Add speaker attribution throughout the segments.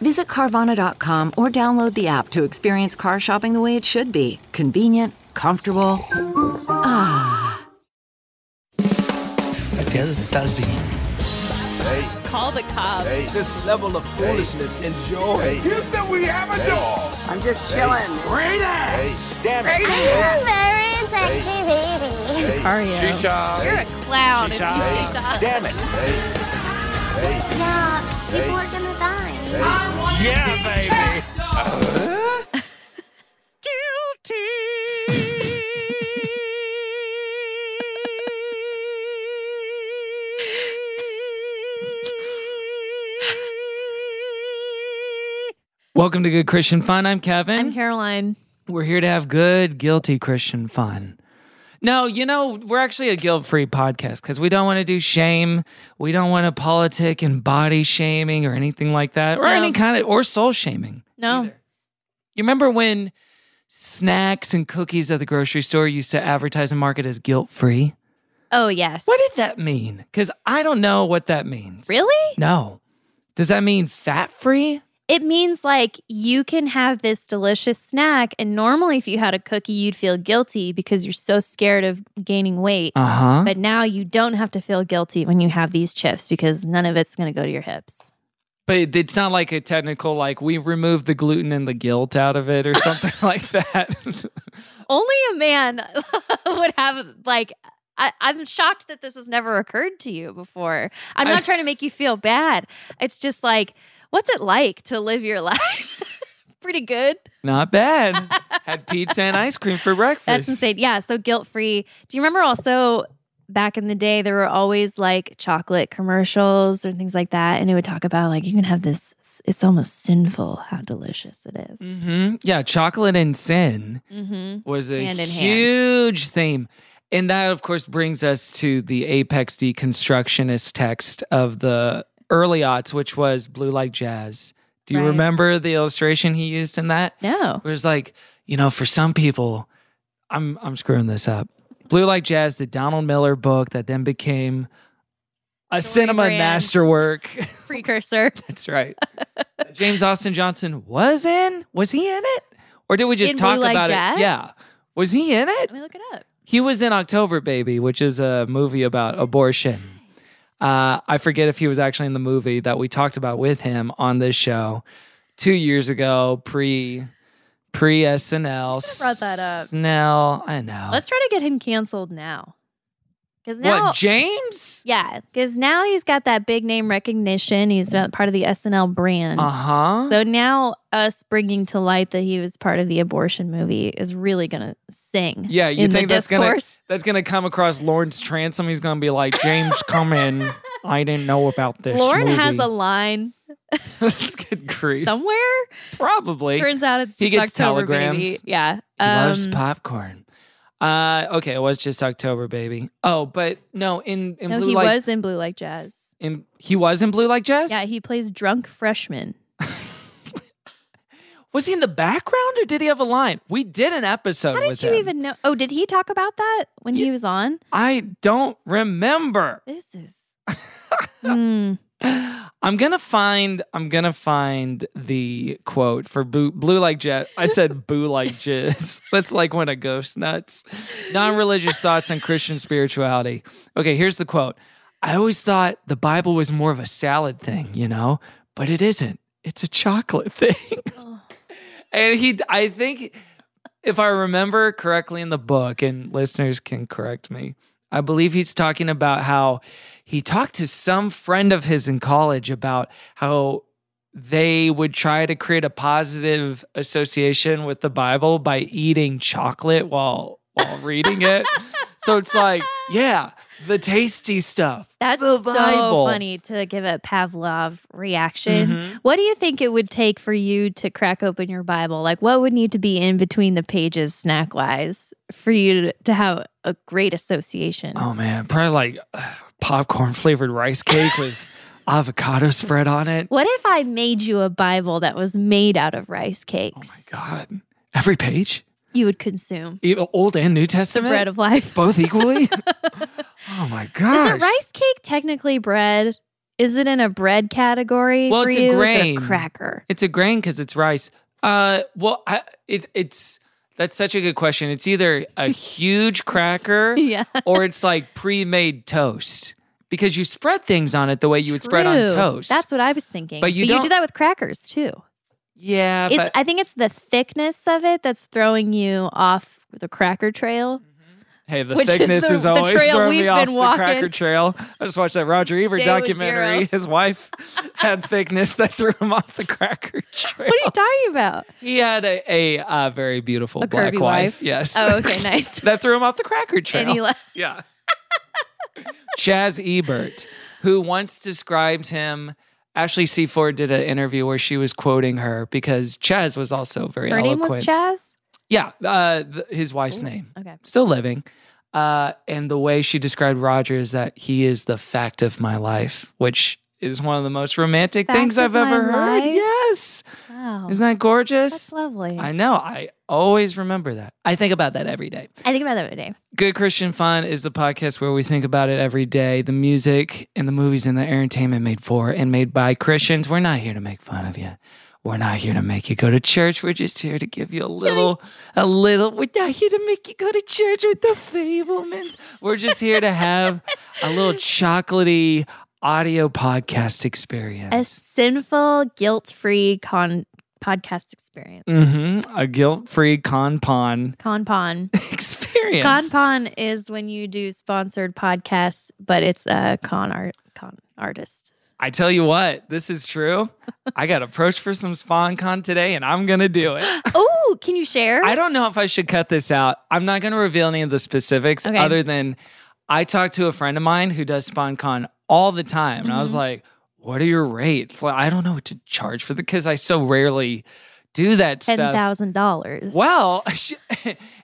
Speaker 1: Visit Carvana.com or download the app to experience car shopping the way it should be convenient, comfortable.
Speaker 2: Call the cops.
Speaker 3: This level of foolishness and joy.
Speaker 4: Houston, we have a dog.
Speaker 5: I'm just chilling.
Speaker 4: Great ass. Damn it.
Speaker 6: I'm very sexy baby.
Speaker 4: Shisha.
Speaker 2: You're a clown if you say that.
Speaker 4: Damn it.
Speaker 6: Yeah, people are gonna die.
Speaker 4: Yeah, baby.
Speaker 7: Welcome to Good Christian Fun. I'm Kevin.
Speaker 2: I'm Caroline.
Speaker 7: We're here to have good, guilty Christian fun. No, you know, we're actually a guilt free podcast because we don't want to do shame. We don't want to politic and body shaming or anything like that or
Speaker 2: No.
Speaker 7: any kind of, or soul shaming.
Speaker 2: No.
Speaker 7: You remember when snacks and cookies at the grocery store used to advertise and market as guilt free?
Speaker 2: Oh yes.
Speaker 7: What did that mean? Because I don't know what that means.
Speaker 2: Really?
Speaker 7: No. Does that mean fat free?
Speaker 2: It means like you can have this delicious snack, and normally if you had a cookie, you'd feel guilty because you're so scared of gaining weight.
Speaker 7: Uh huh.
Speaker 2: But now you don't have to feel guilty when you have these chips because none of it's going to go to your hips.
Speaker 7: But it- it's not like a technical, like we removed the gluten and the guilt out of it or something like that.
Speaker 2: Only a man would have like. I, I'm shocked that this has never occurred to you before. I'm not
Speaker 7: I-
Speaker 2: trying to make you feel bad. It's just like, what's it like to live your life? Pretty good.
Speaker 7: not bad. Had pizza and ice cream for breakfast.
Speaker 2: That's insane. Yeah. So guilt free. Do you remember also back in the day, there were always like chocolate commercials and things like that. And it would talk about like, you can have this, it's almost sinful how delicious it is.
Speaker 7: hmm Yeah, chocolate and sin
Speaker 2: Mm-hmm.
Speaker 7: was a
Speaker 2: Hand in hand.
Speaker 7: huge theme. And that, of course, brings us to the apex deconstructionist text of the early aughts, which was Blue Like Jazz. Do you
Speaker 2: Right.
Speaker 7: remember the illustration he used in that?
Speaker 2: No.
Speaker 7: Where it's like, you know, for some people, I'm I'm screwing this up. Blue Like Jazz, the Donald Miller book that then became a
Speaker 2: Story
Speaker 7: cinema
Speaker 2: brand.
Speaker 7: masterwork.
Speaker 2: Precursor.
Speaker 7: That's right. James Austin Johnson was in. Was he in it? Or did we just
Speaker 2: In Blue
Speaker 7: talk
Speaker 2: Like
Speaker 7: about
Speaker 2: Jazz?
Speaker 7: it? Yeah. Was he in it?
Speaker 2: Let me look it up.
Speaker 7: He was in October Baby, which is a movie about abortion. Uh, I forget if he was actually in the movie that we talked about with him on this show two years ago, pre pre SNL.
Speaker 2: brought that up.
Speaker 7: SNL, I know.
Speaker 2: Let's try to get him canceled now. Because now.
Speaker 7: what James?
Speaker 2: yeah. Because now he's got that big name recognition. He's not part of the SNL brand.
Speaker 7: Uh huh.
Speaker 2: So now us bringing to light that he was part of the abortion movie is really gonna sing.
Speaker 7: yeah, you
Speaker 2: in
Speaker 7: think
Speaker 2: the
Speaker 7: that's gonna
Speaker 2: discourse.
Speaker 7: that's gonna come across Lawrence Transom? He's gonna be like, James, come in. I didn't know about this.
Speaker 2: Lauren has a
Speaker 7: movie."
Speaker 2: line
Speaker 7: That's good grief.
Speaker 2: somewhere.
Speaker 7: Probably.
Speaker 2: Turns out it's just
Speaker 7: He gets
Speaker 2: October
Speaker 7: telegrams.
Speaker 2: baby. Yeah,
Speaker 7: He loves
Speaker 2: Um,
Speaker 7: popcorn. Uh, okay, it was just October, baby. Oh, but no, in in
Speaker 2: No,
Speaker 7: blue
Speaker 2: he
Speaker 7: like
Speaker 2: was in Blue Like Jazz.
Speaker 7: in he was in blue like Jess.
Speaker 2: Yeah, he plays drunk freshman.
Speaker 7: was he in the background or did he have a line? We did an episode
Speaker 2: How did
Speaker 7: with
Speaker 2: you
Speaker 7: him.
Speaker 2: even know? Oh, did he talk about that when he was on?
Speaker 7: I don't remember.
Speaker 2: This is. Hmm.
Speaker 7: I'm gonna find. I'm gonna find the quote for boo, blue like jazz. I said boo like jizz. That's like when a ghost nuts. Non-religious thoughts on Christian spirituality. Okay, here's the quote. I always thought the Bible was more of a salad thing, you know, but it isn't. It's a chocolate thing.
Speaker 2: Oh.
Speaker 7: and he, I think, if I remember correctly in the book, and listeners can correct me, I believe he's talking about how he talked to some friend of his in college about how they would try to create a positive association with the Bible by eating chocolate while while reading it. so it's like, yeah, the tasty stuff.
Speaker 2: That's
Speaker 7: the
Speaker 2: so
Speaker 7: Bible.
Speaker 2: funny to give a Pavlov reaction.
Speaker 7: Mhm.
Speaker 2: What do you think it would take for you to crack open your Bible? Like, what would need to be in between the pages, snack wise, for you to, to have a great association?
Speaker 7: Oh man, probably like popcorn flavored rice cake with avocado spread on it.
Speaker 2: What if I made you a Bible that was made out of rice
Speaker 7: Oh
Speaker 2: cakes?
Speaker 7: my god, every page,
Speaker 2: You would consume
Speaker 7: E- Old and New
Speaker 2: the
Speaker 7: Testament,
Speaker 2: bread of life.
Speaker 7: both equally. oh my god,
Speaker 2: Is a rice cake technically bread? Is it in a bread category?
Speaker 7: Well,
Speaker 2: for
Speaker 7: it's a
Speaker 2: you?
Speaker 7: grain.
Speaker 2: Is it a cracker?
Speaker 7: It's a grain because it's rice. Uh, well, I, it it's that's such a good question. It's either a huge cracker,
Speaker 2: Yeah.
Speaker 7: or it's like pre-made toast because you spread things on it the way you would spread on
Speaker 2: True.
Speaker 7: toast.
Speaker 2: That's what I was thinking.
Speaker 7: But you
Speaker 2: do
Speaker 7: don't-
Speaker 2: that with crackers too.
Speaker 7: yeah,
Speaker 2: It's.
Speaker 7: but
Speaker 2: I think it's the thickness of it that's throwing you off the cracker trail.
Speaker 7: Hey, the
Speaker 2: Which is
Speaker 7: thickness is,
Speaker 2: the- the
Speaker 7: always
Speaker 2: trail
Speaker 7: throwing
Speaker 2: we've
Speaker 7: me off
Speaker 2: been
Speaker 7: the
Speaker 2: walking.
Speaker 7: Cracker Trail. I just watched that Roger Ebert
Speaker 2: Day was
Speaker 7: documentary.
Speaker 2: zero.
Speaker 7: His wife had thickness that threw him off the Cracker Trail.
Speaker 2: What are you talking about?
Speaker 7: He had a, a uh, very beautiful
Speaker 2: A
Speaker 7: black
Speaker 2: curvy
Speaker 7: wife.
Speaker 2: wife?
Speaker 7: Yes.
Speaker 2: Oh, okay, nice.
Speaker 7: that threw him off the Cracker Trail.
Speaker 2: And he left.
Speaker 7: Yeah. Chaz Ebert, who once described him. Ashley Seaford did an interview where she was quoting her because Chaz was also very
Speaker 2: Her name
Speaker 7: eloquent.
Speaker 2: was Chaz.
Speaker 7: Yeah, uh, th- his wife's name
Speaker 2: Okay.
Speaker 7: still living. Uh, and the way she described Roger is that he is the fact of my life, which is one of the most romantic
Speaker 2: Fact
Speaker 7: things
Speaker 2: of
Speaker 7: I've
Speaker 2: my
Speaker 7: ever heard.
Speaker 2: life?
Speaker 7: Yes.
Speaker 2: Wow.
Speaker 7: Isn't that gorgeous?
Speaker 2: that's lovely.
Speaker 7: I
Speaker 2: I,
Speaker 7: know. I always remember that. I think about that every day.
Speaker 2: think about that every day.
Speaker 7: Good Christian Fun is the podcast where we think about it every day the music and the movies and the entertainment made for and made by Christians. We're not here to make fun of you. We're not here to make you go to church. We're just here to give you a little, a little. We're not here to make you go to church with the Fablemans. We're just here to have a little chocolatey audio podcast
Speaker 2: A
Speaker 7: experience.
Speaker 2: sinful, guilt-free con podcast experience.
Speaker 7: mm-hmm. A guilt free con pon
Speaker 2: Con pon.
Speaker 7: experience.
Speaker 2: Con pon is when you do sponsored podcasts, but it's a con art con artist.
Speaker 7: I tell you what, this is true. I got approached for some SpawnCon today, and I'm gonna do it.
Speaker 2: Oh, can you share?
Speaker 7: I don't know if I should cut this out. I'm not gonna reveal any of the specifics,
Speaker 2: Okay.
Speaker 7: other than I talked to a friend of mine who does SpawnCon all the time, and I
Speaker 2: Mm-hmm.
Speaker 7: was like, "What are your rates?" Like, I don't know what to charge for the because I so rarely do that
Speaker 2: ten
Speaker 7: stuff.
Speaker 2: thousand dollars.
Speaker 7: Well, she,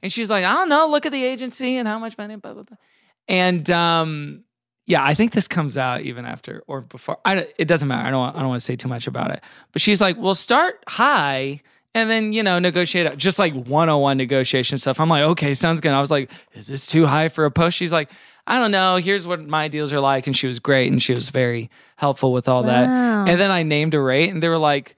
Speaker 7: and she's like, I don't know. Look at the agency and how much money, blah blah blah. And um, yeah, I think this comes out even after or before. I, don't- it doesn't matter. I don't. want- I don't want to say too much about it. But she's like, well, start high and then you know negotiate out- just like one-on-one negotiation stuff. I'm like, okay, sounds good. I was like, is this too high for a post? She's like. I don't know. Here's what my deals are like. And she was great and she was very helpful with all
Speaker 2: Wow.
Speaker 7: that. And then I named a rate and they were like,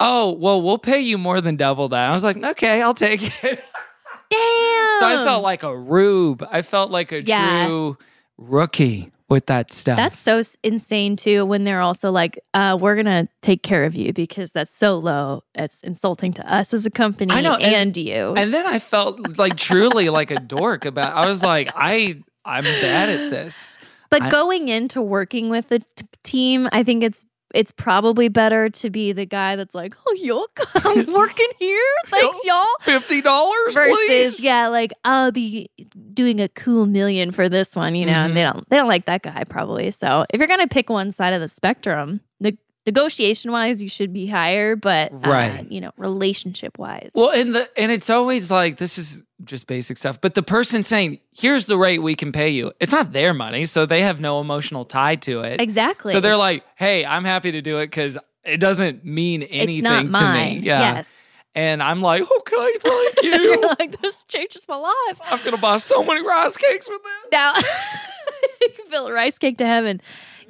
Speaker 7: oh, well, we'll pay you more than double that. I was like, okay, I'll take it.
Speaker 2: Damn.
Speaker 7: so I felt like a rube. I felt like a
Speaker 2: Yeah.
Speaker 7: true rookie with that stuff.
Speaker 2: That's so s- insane too. When they're also like, uh, "We're gonna take care of you because that's so low. It's insulting to us as a company
Speaker 7: I know,
Speaker 2: and,
Speaker 7: and-
Speaker 2: you."
Speaker 7: and then I felt like truly like a dork about I was like, I I'm bad at this.
Speaker 2: but
Speaker 7: I-
Speaker 2: going into working with the t- team, I think it's it's probably better to be the guy that's like, "Oh, y'all, I'm working here. Thanks, y'all."
Speaker 7: Fifty dollars
Speaker 2: Versus, yeah, like I'll be doing a cool million for this one, you know. And they
Speaker 7: Mm-hmm.
Speaker 2: don't they don't like that guy probably. So if you're gonna pick one side of the spectrum, the negotiation wise, you should be higher, but uh,
Speaker 7: Right.
Speaker 2: you know, relationship wise,
Speaker 7: Well, and the and it's always like this is just basic stuff. But the person saying, here's the rate we can pay you, it's not their money, so they have no emotional tie to it.
Speaker 2: exactly.
Speaker 7: So they're like, "Hey, I'm happy to do it because it doesn't mean anything
Speaker 2: it's not
Speaker 7: to
Speaker 2: mine.
Speaker 7: me." Yeah.
Speaker 2: Yes.
Speaker 7: And I'm like, "Okay, thank
Speaker 2: You're
Speaker 7: you.
Speaker 2: like this changes my life.
Speaker 7: I'm gonna buy so many rice cakes with this."
Speaker 2: Now, you can build rice cake to heaven.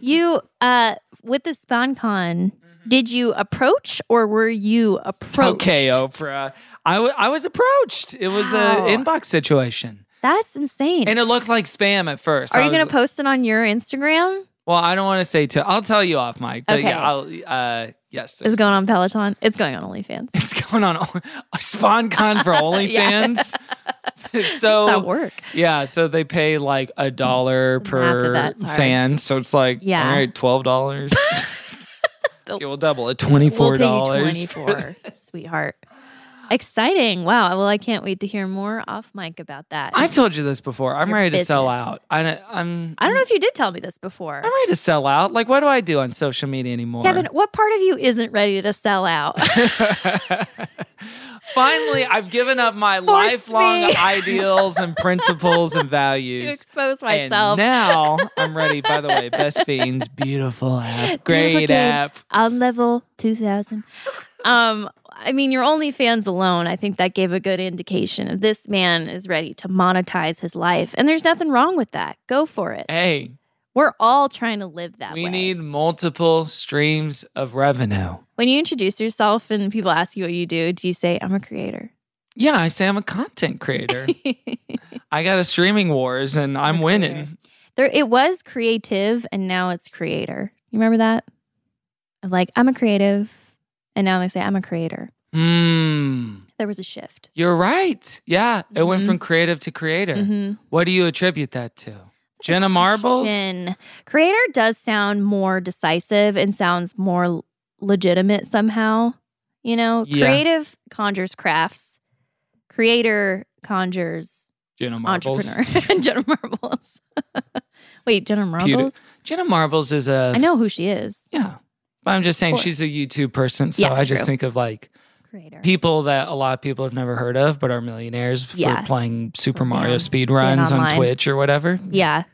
Speaker 2: You, uh, with the SpawnCon, did you approach or were you approached?
Speaker 7: Okay, Oprah. I, w- I was approached. It was
Speaker 2: Wow.
Speaker 7: an inbox situation,
Speaker 2: That's insane.
Speaker 7: and it looked like spam at first.
Speaker 2: Are
Speaker 7: I
Speaker 2: you
Speaker 7: was-
Speaker 2: going to post it on your Instagram?
Speaker 7: Well, I don't want to say too. I'll tell you off, Mike. But
Speaker 2: Okay.
Speaker 7: yeah, I'll, uh, yes.
Speaker 2: Is it going on Peloton? It's going on OnlyFans.
Speaker 7: it's going on a spawn con for OnlyFans. so
Speaker 2: Does that work?
Speaker 7: Yeah, so they pay like a dollar per
Speaker 2: that, sorry.
Speaker 7: fan. So it's like,
Speaker 2: Yeah.
Speaker 7: all right, twelve dollars. okay,
Speaker 2: Bill-
Speaker 7: we'll double it, twenty
Speaker 2: We'll
Speaker 7: four
Speaker 2: pay you
Speaker 7: dollars.
Speaker 2: twenty four, sweetheart. Exciting. Wow. Well, I can't wait to hear more off mic about that.
Speaker 7: I've told you this before. I'm
Speaker 2: Your
Speaker 7: ready to sell
Speaker 2: business.
Speaker 7: out. I, I'm.
Speaker 2: I don't know if you did tell me this before.
Speaker 7: I'm ready to sell out. Like, what do I do on social media anymore?
Speaker 2: Kevin, what part of you isn't ready to sell out?
Speaker 7: Finally, I've given up my
Speaker 2: Force
Speaker 7: lifelong
Speaker 2: me.
Speaker 7: ideals and principles and values.
Speaker 2: to expose
Speaker 7: And
Speaker 2: myself.
Speaker 7: now I'm ready. By the way, Best Fiends, beautiful app, great
Speaker 2: Beautiful game.
Speaker 7: app.
Speaker 2: on level 2000 um i mean your onlyfans alone i think that gave a good indication of this man is ready to monetize his life and there's nothing wrong with that go for it
Speaker 7: Hey,
Speaker 2: we're all trying to live that
Speaker 7: we
Speaker 2: way
Speaker 7: need multiple streams of revenue.
Speaker 2: when you introduce yourself and people ask you what you do do you say i'm a creator
Speaker 7: Yeah, I say I'm a content creator. I got a streaming wars, and I'm
Speaker 2: Okay.
Speaker 7: winning.
Speaker 2: there it was creative and now it's creator you remember that of like i'm a creative and now they say i'm a creator
Speaker 7: Hmm.
Speaker 2: there was a shift
Speaker 7: You're right. Yeah, it went
Speaker 2: Mhm.
Speaker 7: from creative to creator.
Speaker 2: mm-hmm.
Speaker 7: What do you attribute that to? Jenna Marbles?
Speaker 2: Question. Creator does sound more decisive and sounds more l- legitimate somehow. You know,
Speaker 7: Yeah.
Speaker 2: creative conjures crafts. Creator conjures
Speaker 7: Jenna Marbles.
Speaker 2: entrepreneur. Jenna Marbles. Wait, Jenna
Speaker 7: Pewter-
Speaker 2: Marbles?
Speaker 7: Jenna Marbles is a.
Speaker 2: I know who she is.
Speaker 7: Yeah. But I'm just saying
Speaker 2: Of
Speaker 7: she's a
Speaker 2: course.
Speaker 7: YouTube person. So
Speaker 2: Yeah,
Speaker 7: I just
Speaker 2: true.
Speaker 7: think of like
Speaker 2: Creator.
Speaker 7: people that a lot of people have never heard of but are millionaires
Speaker 2: Yeah.
Speaker 7: for playing Super
Speaker 2: For
Speaker 7: Mario
Speaker 2: being-
Speaker 7: speed runs on
Speaker 2: online.
Speaker 7: Twitch or whatever.
Speaker 2: yeah.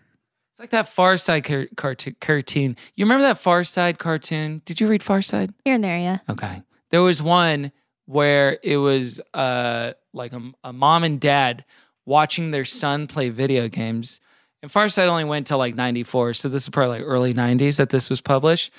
Speaker 7: It's like that Far Side car- cartoon- cartoon. You remember that Far Side cartoon? Did you read Far Side?
Speaker 2: Here and there, yeah.
Speaker 7: Okay. There was one where it was uh like a, a mom and dad watching their son play video games. And Farside only went to like 94, so this is probably like early 90s that this was published.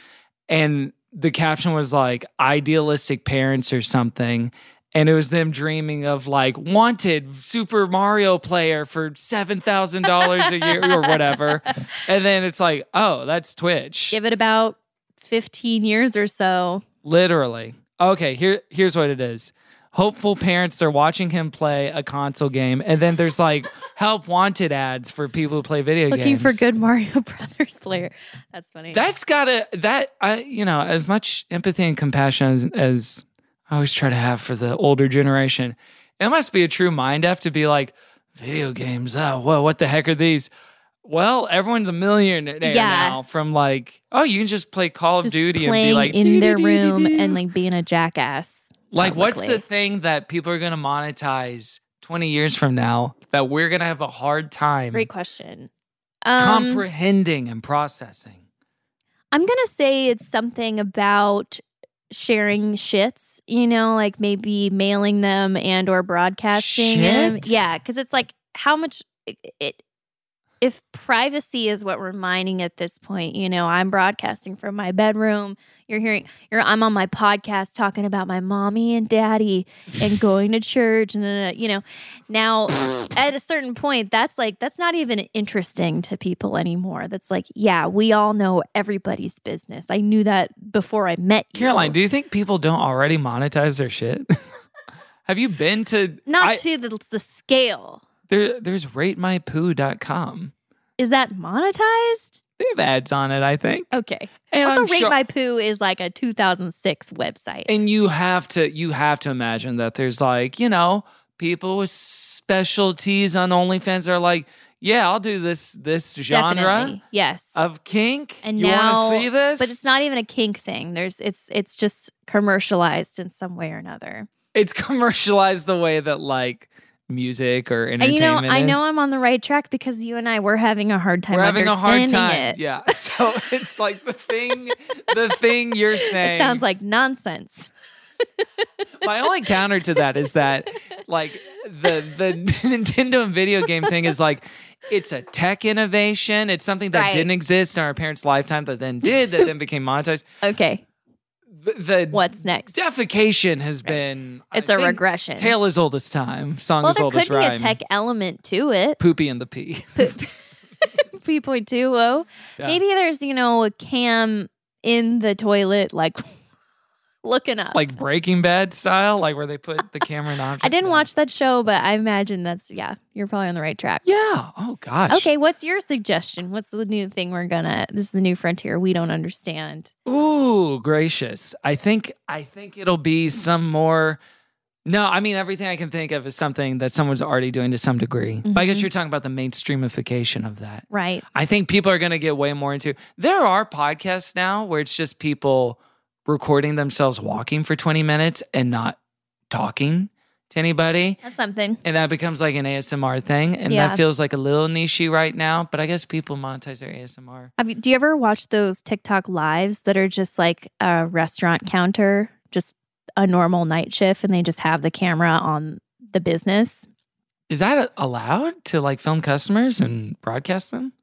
Speaker 7: And the caption was like idealistic parents or something. And it was them dreaming of like wanted Super Mario player for $7,000 a year or whatever. And then it's like, oh, that's Twitch.
Speaker 2: Give it about 15 years or so.
Speaker 7: Literally. Okay, here here's what it is. Hopeful parents are watching him play a console game, and then there's like help wanted ads for people who play video
Speaker 2: Looking
Speaker 7: games.
Speaker 2: for good Mario Brothers player. That's funny.
Speaker 7: That's gotta that I you know as much empathy and compassion as, as I always try to have for the older generation. It must be a true mind f to be like video games. Oh, whoa, what the heck are these? Well, everyone's a millionaire
Speaker 2: Yeah.
Speaker 7: now from like oh, you can just play Call of
Speaker 2: Just
Speaker 7: Duty and
Speaker 2: playing
Speaker 7: be like
Speaker 2: in their room
Speaker 7: "Doo-doo-doo-doo-doo."
Speaker 2: and like being a jackass.
Speaker 7: Like, what's the
Speaker 2: publicly.
Speaker 7: thing that people are going to monetize 20 years from now that we're going to have a hard time
Speaker 2: Great question. Um,
Speaker 7: comprehending and processing?
Speaker 2: I'm gonna say it's something about sharing shits. You know, like maybe mailing them and or broadcasting them.
Speaker 7: Shits?
Speaker 2: Yeah, because it's like how much it, it. If privacy is what we're mining at this point, you know, I'm broadcasting from my bedroom. You're hearing, you're, I'm on my podcast talking about my mommy and daddy and going to church and, uh, you know, now at a certain point, that's like that's not even interesting to people anymore. That's like, yeah, we all know everybody's business. I knew that before I met you.
Speaker 7: Caroline, do you think people don't already monetize their shit? have you been to.
Speaker 2: not
Speaker 7: I-
Speaker 2: to the, the scale.
Speaker 7: there, there's ratemypoo.com.
Speaker 2: Is that monetized?
Speaker 7: They have ads on it, I think.
Speaker 2: Okay.
Speaker 7: And
Speaker 2: also,
Speaker 7: I'm
Speaker 2: Rate
Speaker 7: sure-
Speaker 2: My Poo is like a 2006 website.
Speaker 7: and you have to you have to imagine that there's like you know people with specialties on OnlyFans are like yeah I'll do this this genre Oh,
Speaker 2: Definitely. Yes.
Speaker 7: of kink.
Speaker 2: and
Speaker 7: you
Speaker 2: now,
Speaker 7: want to see this?
Speaker 2: but it's not even a kink thing. There's it's it's just commercialized in some way or another.
Speaker 7: it's commercialized the way that like music or
Speaker 2: And you
Speaker 7: entertainment
Speaker 2: know, I
Speaker 7: is.
Speaker 2: know I'm on the right track because you and I were having a hard time
Speaker 7: We're having a hard
Speaker 2: understanding
Speaker 7: time.
Speaker 2: it.
Speaker 7: Yeah. So it's like the thing the thing you're saying.
Speaker 2: It sounds like nonsense.
Speaker 7: my only counter to that is that like the the Nintendo and video game thing is like it's a tech innovation. It's something that
Speaker 2: Right.
Speaker 7: didn't exist in our parents' lifetime that then did, that then became monetized.
Speaker 2: Okay,
Speaker 7: The, the
Speaker 2: what's next?
Speaker 7: defecation has been I
Speaker 2: It's a
Speaker 7: think,
Speaker 2: regression.
Speaker 7: Tale as old as time. Song
Speaker 2: well,
Speaker 7: as
Speaker 2: there
Speaker 7: old as
Speaker 2: could be
Speaker 7: rhyme.
Speaker 2: a tech element to it.
Speaker 7: Poopy and the pee.
Speaker 2: P.20.
Speaker 7: Yeah.
Speaker 2: oh. Maybe there's you know a cam in the toilet, like looking up.
Speaker 7: like Breaking Bad style, like where they put the camera in object.
Speaker 2: I didn't
Speaker 7: mode.
Speaker 2: watch that show, but I imagine that's yeah. You're probably on the right track.
Speaker 7: Yeah. Oh gosh.
Speaker 2: Okay, what's your suggestion? What's the new thing we're gonna? This is the new frontier we don't understand.
Speaker 7: Ooh, gracious. I think I think it'll be some more No, I mean everything I can think of is something that someone's already doing to some degree. But I
Speaker 2: Mm-hmm.
Speaker 7: guess you're talking about the mainstreamification of that.
Speaker 2: Right.
Speaker 7: I think people are going to get way more into. There are podcasts now where it's just people recording themselves walking for 20 minutes and not talking to anybody.
Speaker 2: That's something.
Speaker 7: And that becomes like an ASMR thing. And
Speaker 2: Yeah.
Speaker 7: that feels like a little niche right now, but I guess people monetize their ASMR.
Speaker 2: Have you, do you ever watch those TikTok lives that are just like a restaurant counter, just a normal night shift, and they just have the camera on the business?
Speaker 7: Is that a- allowed to like film customers and broadcast them?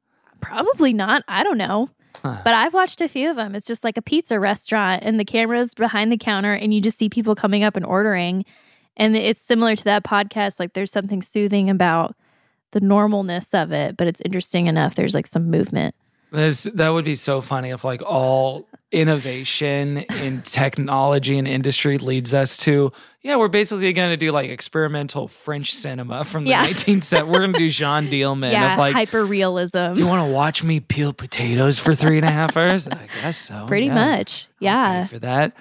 Speaker 2: Probably not. I don't know.
Speaker 7: Huh.
Speaker 2: But I've watched a few of them. It's just like a pizza restaurant, and the camera's behind the counter, and you just see people coming up and ordering. And it's similar to that podcast. Like there's something soothing about the normalness of it, but it's interesting enough. There's like some movement.
Speaker 7: This, that would be so funny if like all innovation in technology and industry leads us to yeah we're basically going to do like experimental french cinema from the
Speaker 2: Yeah.
Speaker 7: 19th century we're going to do jean dielman
Speaker 2: yeah,
Speaker 7: of like
Speaker 2: hyper
Speaker 7: do you
Speaker 2: realism.
Speaker 7: want to watch me peel potatoes for three and a half hours i guess so
Speaker 2: Pretty
Speaker 7: yeah.
Speaker 2: much.
Speaker 7: I'm ready
Speaker 2: Yeah.
Speaker 7: for that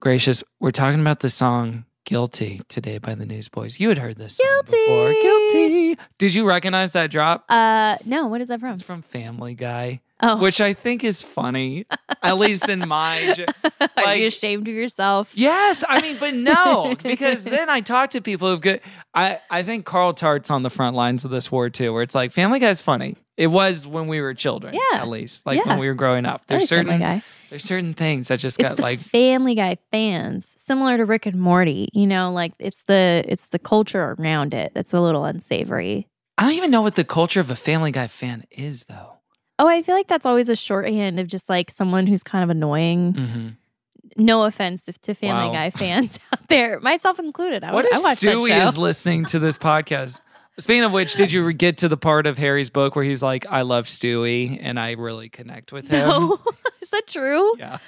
Speaker 7: gracious we're talking about the song guilty today by the newsboys you had heard this song before
Speaker 2: Guilty.
Speaker 7: guilty did you recognize that drop
Speaker 2: Uh no, what is that from?
Speaker 7: it's from family guy
Speaker 2: Oh,
Speaker 7: which I think is funny, at least in my. ge-
Speaker 2: are
Speaker 7: like-
Speaker 2: you ashamed of yourself?
Speaker 7: Yes, I mean, but no, because then I talk to people who've got. I I think Carl Tart's on the front lines of this war too, where it's like Family Guy's funny. It was when we were children,
Speaker 2: Yeah.
Speaker 7: at least like
Speaker 2: Yeah.
Speaker 7: when we were growing up.
Speaker 2: I
Speaker 7: There's
Speaker 2: like Family
Speaker 7: certain
Speaker 2: guy.
Speaker 7: there's certain things that just
Speaker 2: It's
Speaker 7: got
Speaker 2: the
Speaker 7: like
Speaker 2: Family Guy fans, similar to Rick and Morty. You know, like it's the it's the culture around it that's a little unsavory.
Speaker 7: I don't even know what the culture of a Family Guy fan is though.
Speaker 2: Oh, I feel like that's always a shorthand of just like someone who's kind of annoying.
Speaker 7: Mhm.
Speaker 2: No offense if- to Family
Speaker 7: Wow.
Speaker 2: Guy fans out there, myself included. I,
Speaker 7: What
Speaker 2: I
Speaker 7: if
Speaker 2: watch that
Speaker 7: Stewie
Speaker 2: show.
Speaker 7: is listening to this podcast? Speaking of which, did you get to the part of Harry's book where he's like, "I love Stewie and I really connect with him"?
Speaker 2: No, is that true?
Speaker 7: Yeah.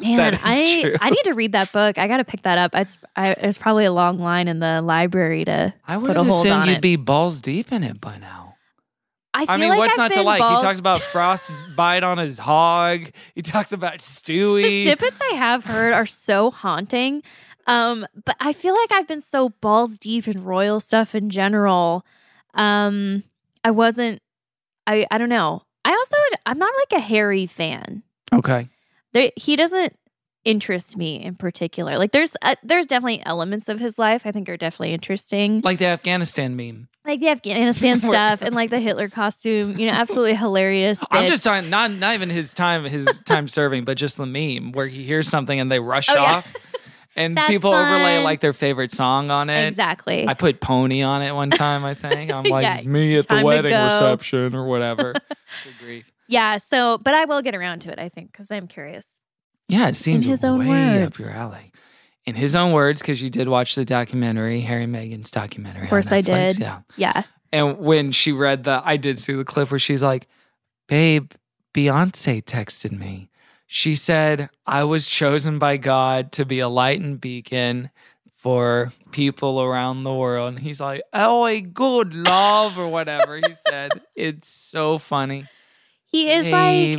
Speaker 2: Man,
Speaker 7: That is
Speaker 2: I
Speaker 7: true.
Speaker 2: I need to read that book. I got to pick that up. It's I, it's probably a long line in the library to.
Speaker 7: I
Speaker 2: put
Speaker 7: would
Speaker 2: a hold
Speaker 7: assume
Speaker 2: on
Speaker 7: you'd
Speaker 2: it.
Speaker 7: be balls deep in it by now.
Speaker 2: I, feel
Speaker 7: I mean,
Speaker 2: like
Speaker 7: what's
Speaker 2: I've
Speaker 7: not to
Speaker 2: been
Speaker 7: like?
Speaker 2: balls-
Speaker 7: He talks about frostbite on his hog. He talks about
Speaker 2: the
Speaker 7: Stewie.
Speaker 2: snippets I have heard are so haunting. Um, but I feel like I've been so balls deep in royal stuff in general. Um, I wasn't. I I don't know. I also I'm not like a Harry fan.
Speaker 7: okay.
Speaker 2: There, he doesn't interest me in particular. Like there's uh, there's definitely elements of his life I think are definitely interesting.
Speaker 7: Like the Afghanistan meme.
Speaker 2: like the Afghanistan
Speaker 7: Where-
Speaker 2: stuff and like the Hitler costume, you know, absolutely hilarious.
Speaker 7: I'm
Speaker 2: bits.
Speaker 7: just talking not not even his time his time serving, but just the meme where he hears something and they rush
Speaker 2: Oh, yeah.
Speaker 7: off. And
Speaker 2: That's
Speaker 7: people overlay
Speaker 2: fun.
Speaker 7: like their favorite song on it.
Speaker 2: exactly.
Speaker 7: I put pony on it one time, I think. I'm like
Speaker 2: Yeah,
Speaker 7: me at
Speaker 2: time
Speaker 7: the
Speaker 2: to
Speaker 7: wedding
Speaker 2: go.
Speaker 7: reception or whatever. Good grief.
Speaker 2: yeah, so but I will get around to it, I think, because I'm curious.
Speaker 7: Yeah, it seems
Speaker 2: his own
Speaker 7: way
Speaker 2: words.
Speaker 7: up your alley. In his own words, because you did watch the documentary, Harry Megan's documentary. Of
Speaker 2: course I did.
Speaker 7: Yeah.
Speaker 2: Yeah.
Speaker 7: And when she read the, I did see the clip where she's like, babe, Beyonce texted me. She said, I was chosen by God to be a light and beacon for people around the world. And he's like, oh, a good love or whatever he said. It's so funny.
Speaker 2: He is like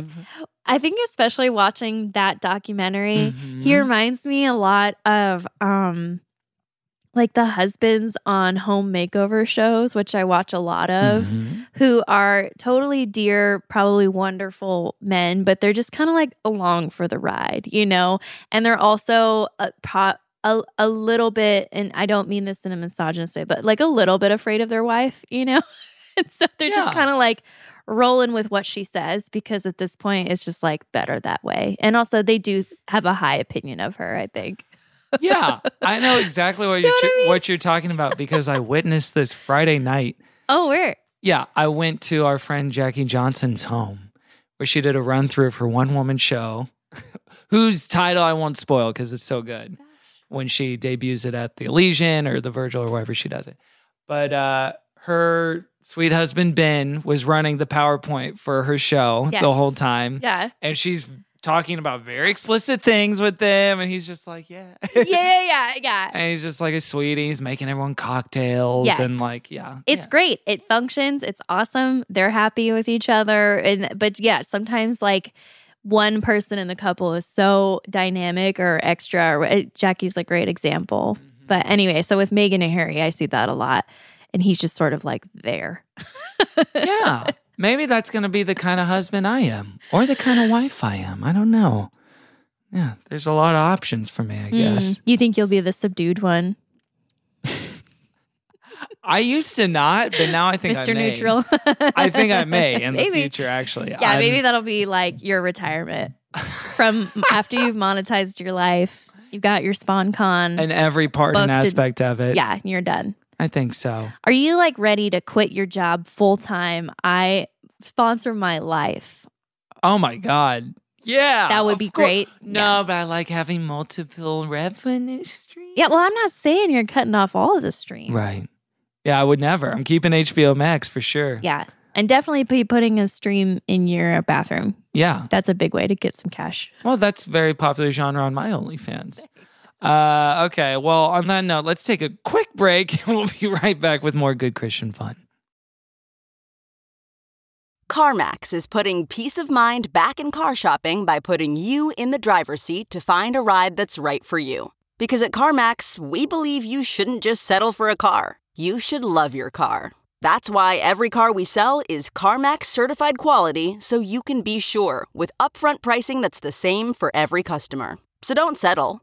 Speaker 7: Babe.
Speaker 2: I think especially watching that documentary, he
Speaker 7: Mhm.
Speaker 2: reminds me a lot of um like the husbands on home makeover shows, which I watch a lot of.
Speaker 7: Mhm.
Speaker 2: who are totally dear, probably wonderful men, but they're just kind of like along for the ride, you know? And they're also a, pro- a, a little bit, and I don't mean this in a misogynist way, but like a little bit afraid of their wife, you know? and so they're just
Speaker 7: Yeah.
Speaker 2: kind of like rolling with what she says because at this point it's just like better that way. And also they do have a high opinion of her, I think.
Speaker 7: yeah, I know exactly what
Speaker 2: You know
Speaker 7: you're
Speaker 2: what I mean?
Speaker 7: what you're talking about because I witnessed this Friday night.
Speaker 2: Oh, where?
Speaker 7: Yeah, I went to our friend Jackie Johnson's home where she did a run through of her one woman show, whose title I won't spoil because it's so good. When she debuts it at the Elysian or the Virgil or wherever she does it, but uh, her sweet husband Ben was running the PowerPoint for her show
Speaker 2: Yes.
Speaker 7: the whole time,
Speaker 2: Yeah.
Speaker 7: and she's talking about very explicit things with them, and he's just like, yeah,
Speaker 2: Yeah, yeah, yeah, yeah.
Speaker 7: and he's just like a sweetie. He's making everyone cocktails
Speaker 2: Yes.
Speaker 7: and like, yeah,
Speaker 2: It's great. It functions. It's awesome. They're happy with each other. And but yeah, sometimes like one person in the couple is so dynamic or extra. or- uh, Jackie's a great example.
Speaker 7: Mm-hmm.
Speaker 2: But anyway, so with Megan and Harry, I see that a lot. And he's just sort of like there.
Speaker 7: yeah. Maybe that's going to be the kind of husband I am or the kind of wife I am. I don't know. Yeah, there's a lot of options for me, I guess.
Speaker 2: Mm. You think you'll be the subdued one,
Speaker 7: I used to not, but now I think I
Speaker 2: Mr.
Speaker 7: may.
Speaker 2: Neutral?
Speaker 7: I think I may in the
Speaker 2: Maybe.
Speaker 7: future, actually.
Speaker 2: Yeah,
Speaker 7: I'm-
Speaker 2: maybe that'll be like your retirement from after you've monetized your life. You've got your spawn con.
Speaker 7: in every part and
Speaker 2: Booked it-
Speaker 7: aspect of it.
Speaker 2: yeah, you're done.
Speaker 7: I think so.
Speaker 2: Are you like ready to quit your job full time? I sponsor my life.
Speaker 7: Oh my God. Yeah.
Speaker 2: That would
Speaker 7: of
Speaker 2: be
Speaker 7: cour-
Speaker 2: great.
Speaker 7: No, but I like having multiple revenue streams.
Speaker 2: Yeah, well, I'm not saying you're cutting off all of the streams.
Speaker 7: Right. Yeah, I would never. I'm keeping HBO Max for sure.
Speaker 2: Yeah. And definitely be putting a stream in your bathroom.
Speaker 7: Yeah.
Speaker 2: That's a big way to get some cash.
Speaker 7: Well, that's very popular genre on my OnlyFans. Uh, okay. Well, on that note, let's take a quick break and we'll be right back with more good Christian fun.
Speaker 5: CarMax is putting peace of mind back in car shopping by putting you in the driver's seat to find a ride that's right for you. Because at CarMax, we believe you shouldn't just settle for a car, you should love your car. That's why every car we sell is CarMax certified quality so you can be sure with upfront pricing that's the same for every customer. So don't settle.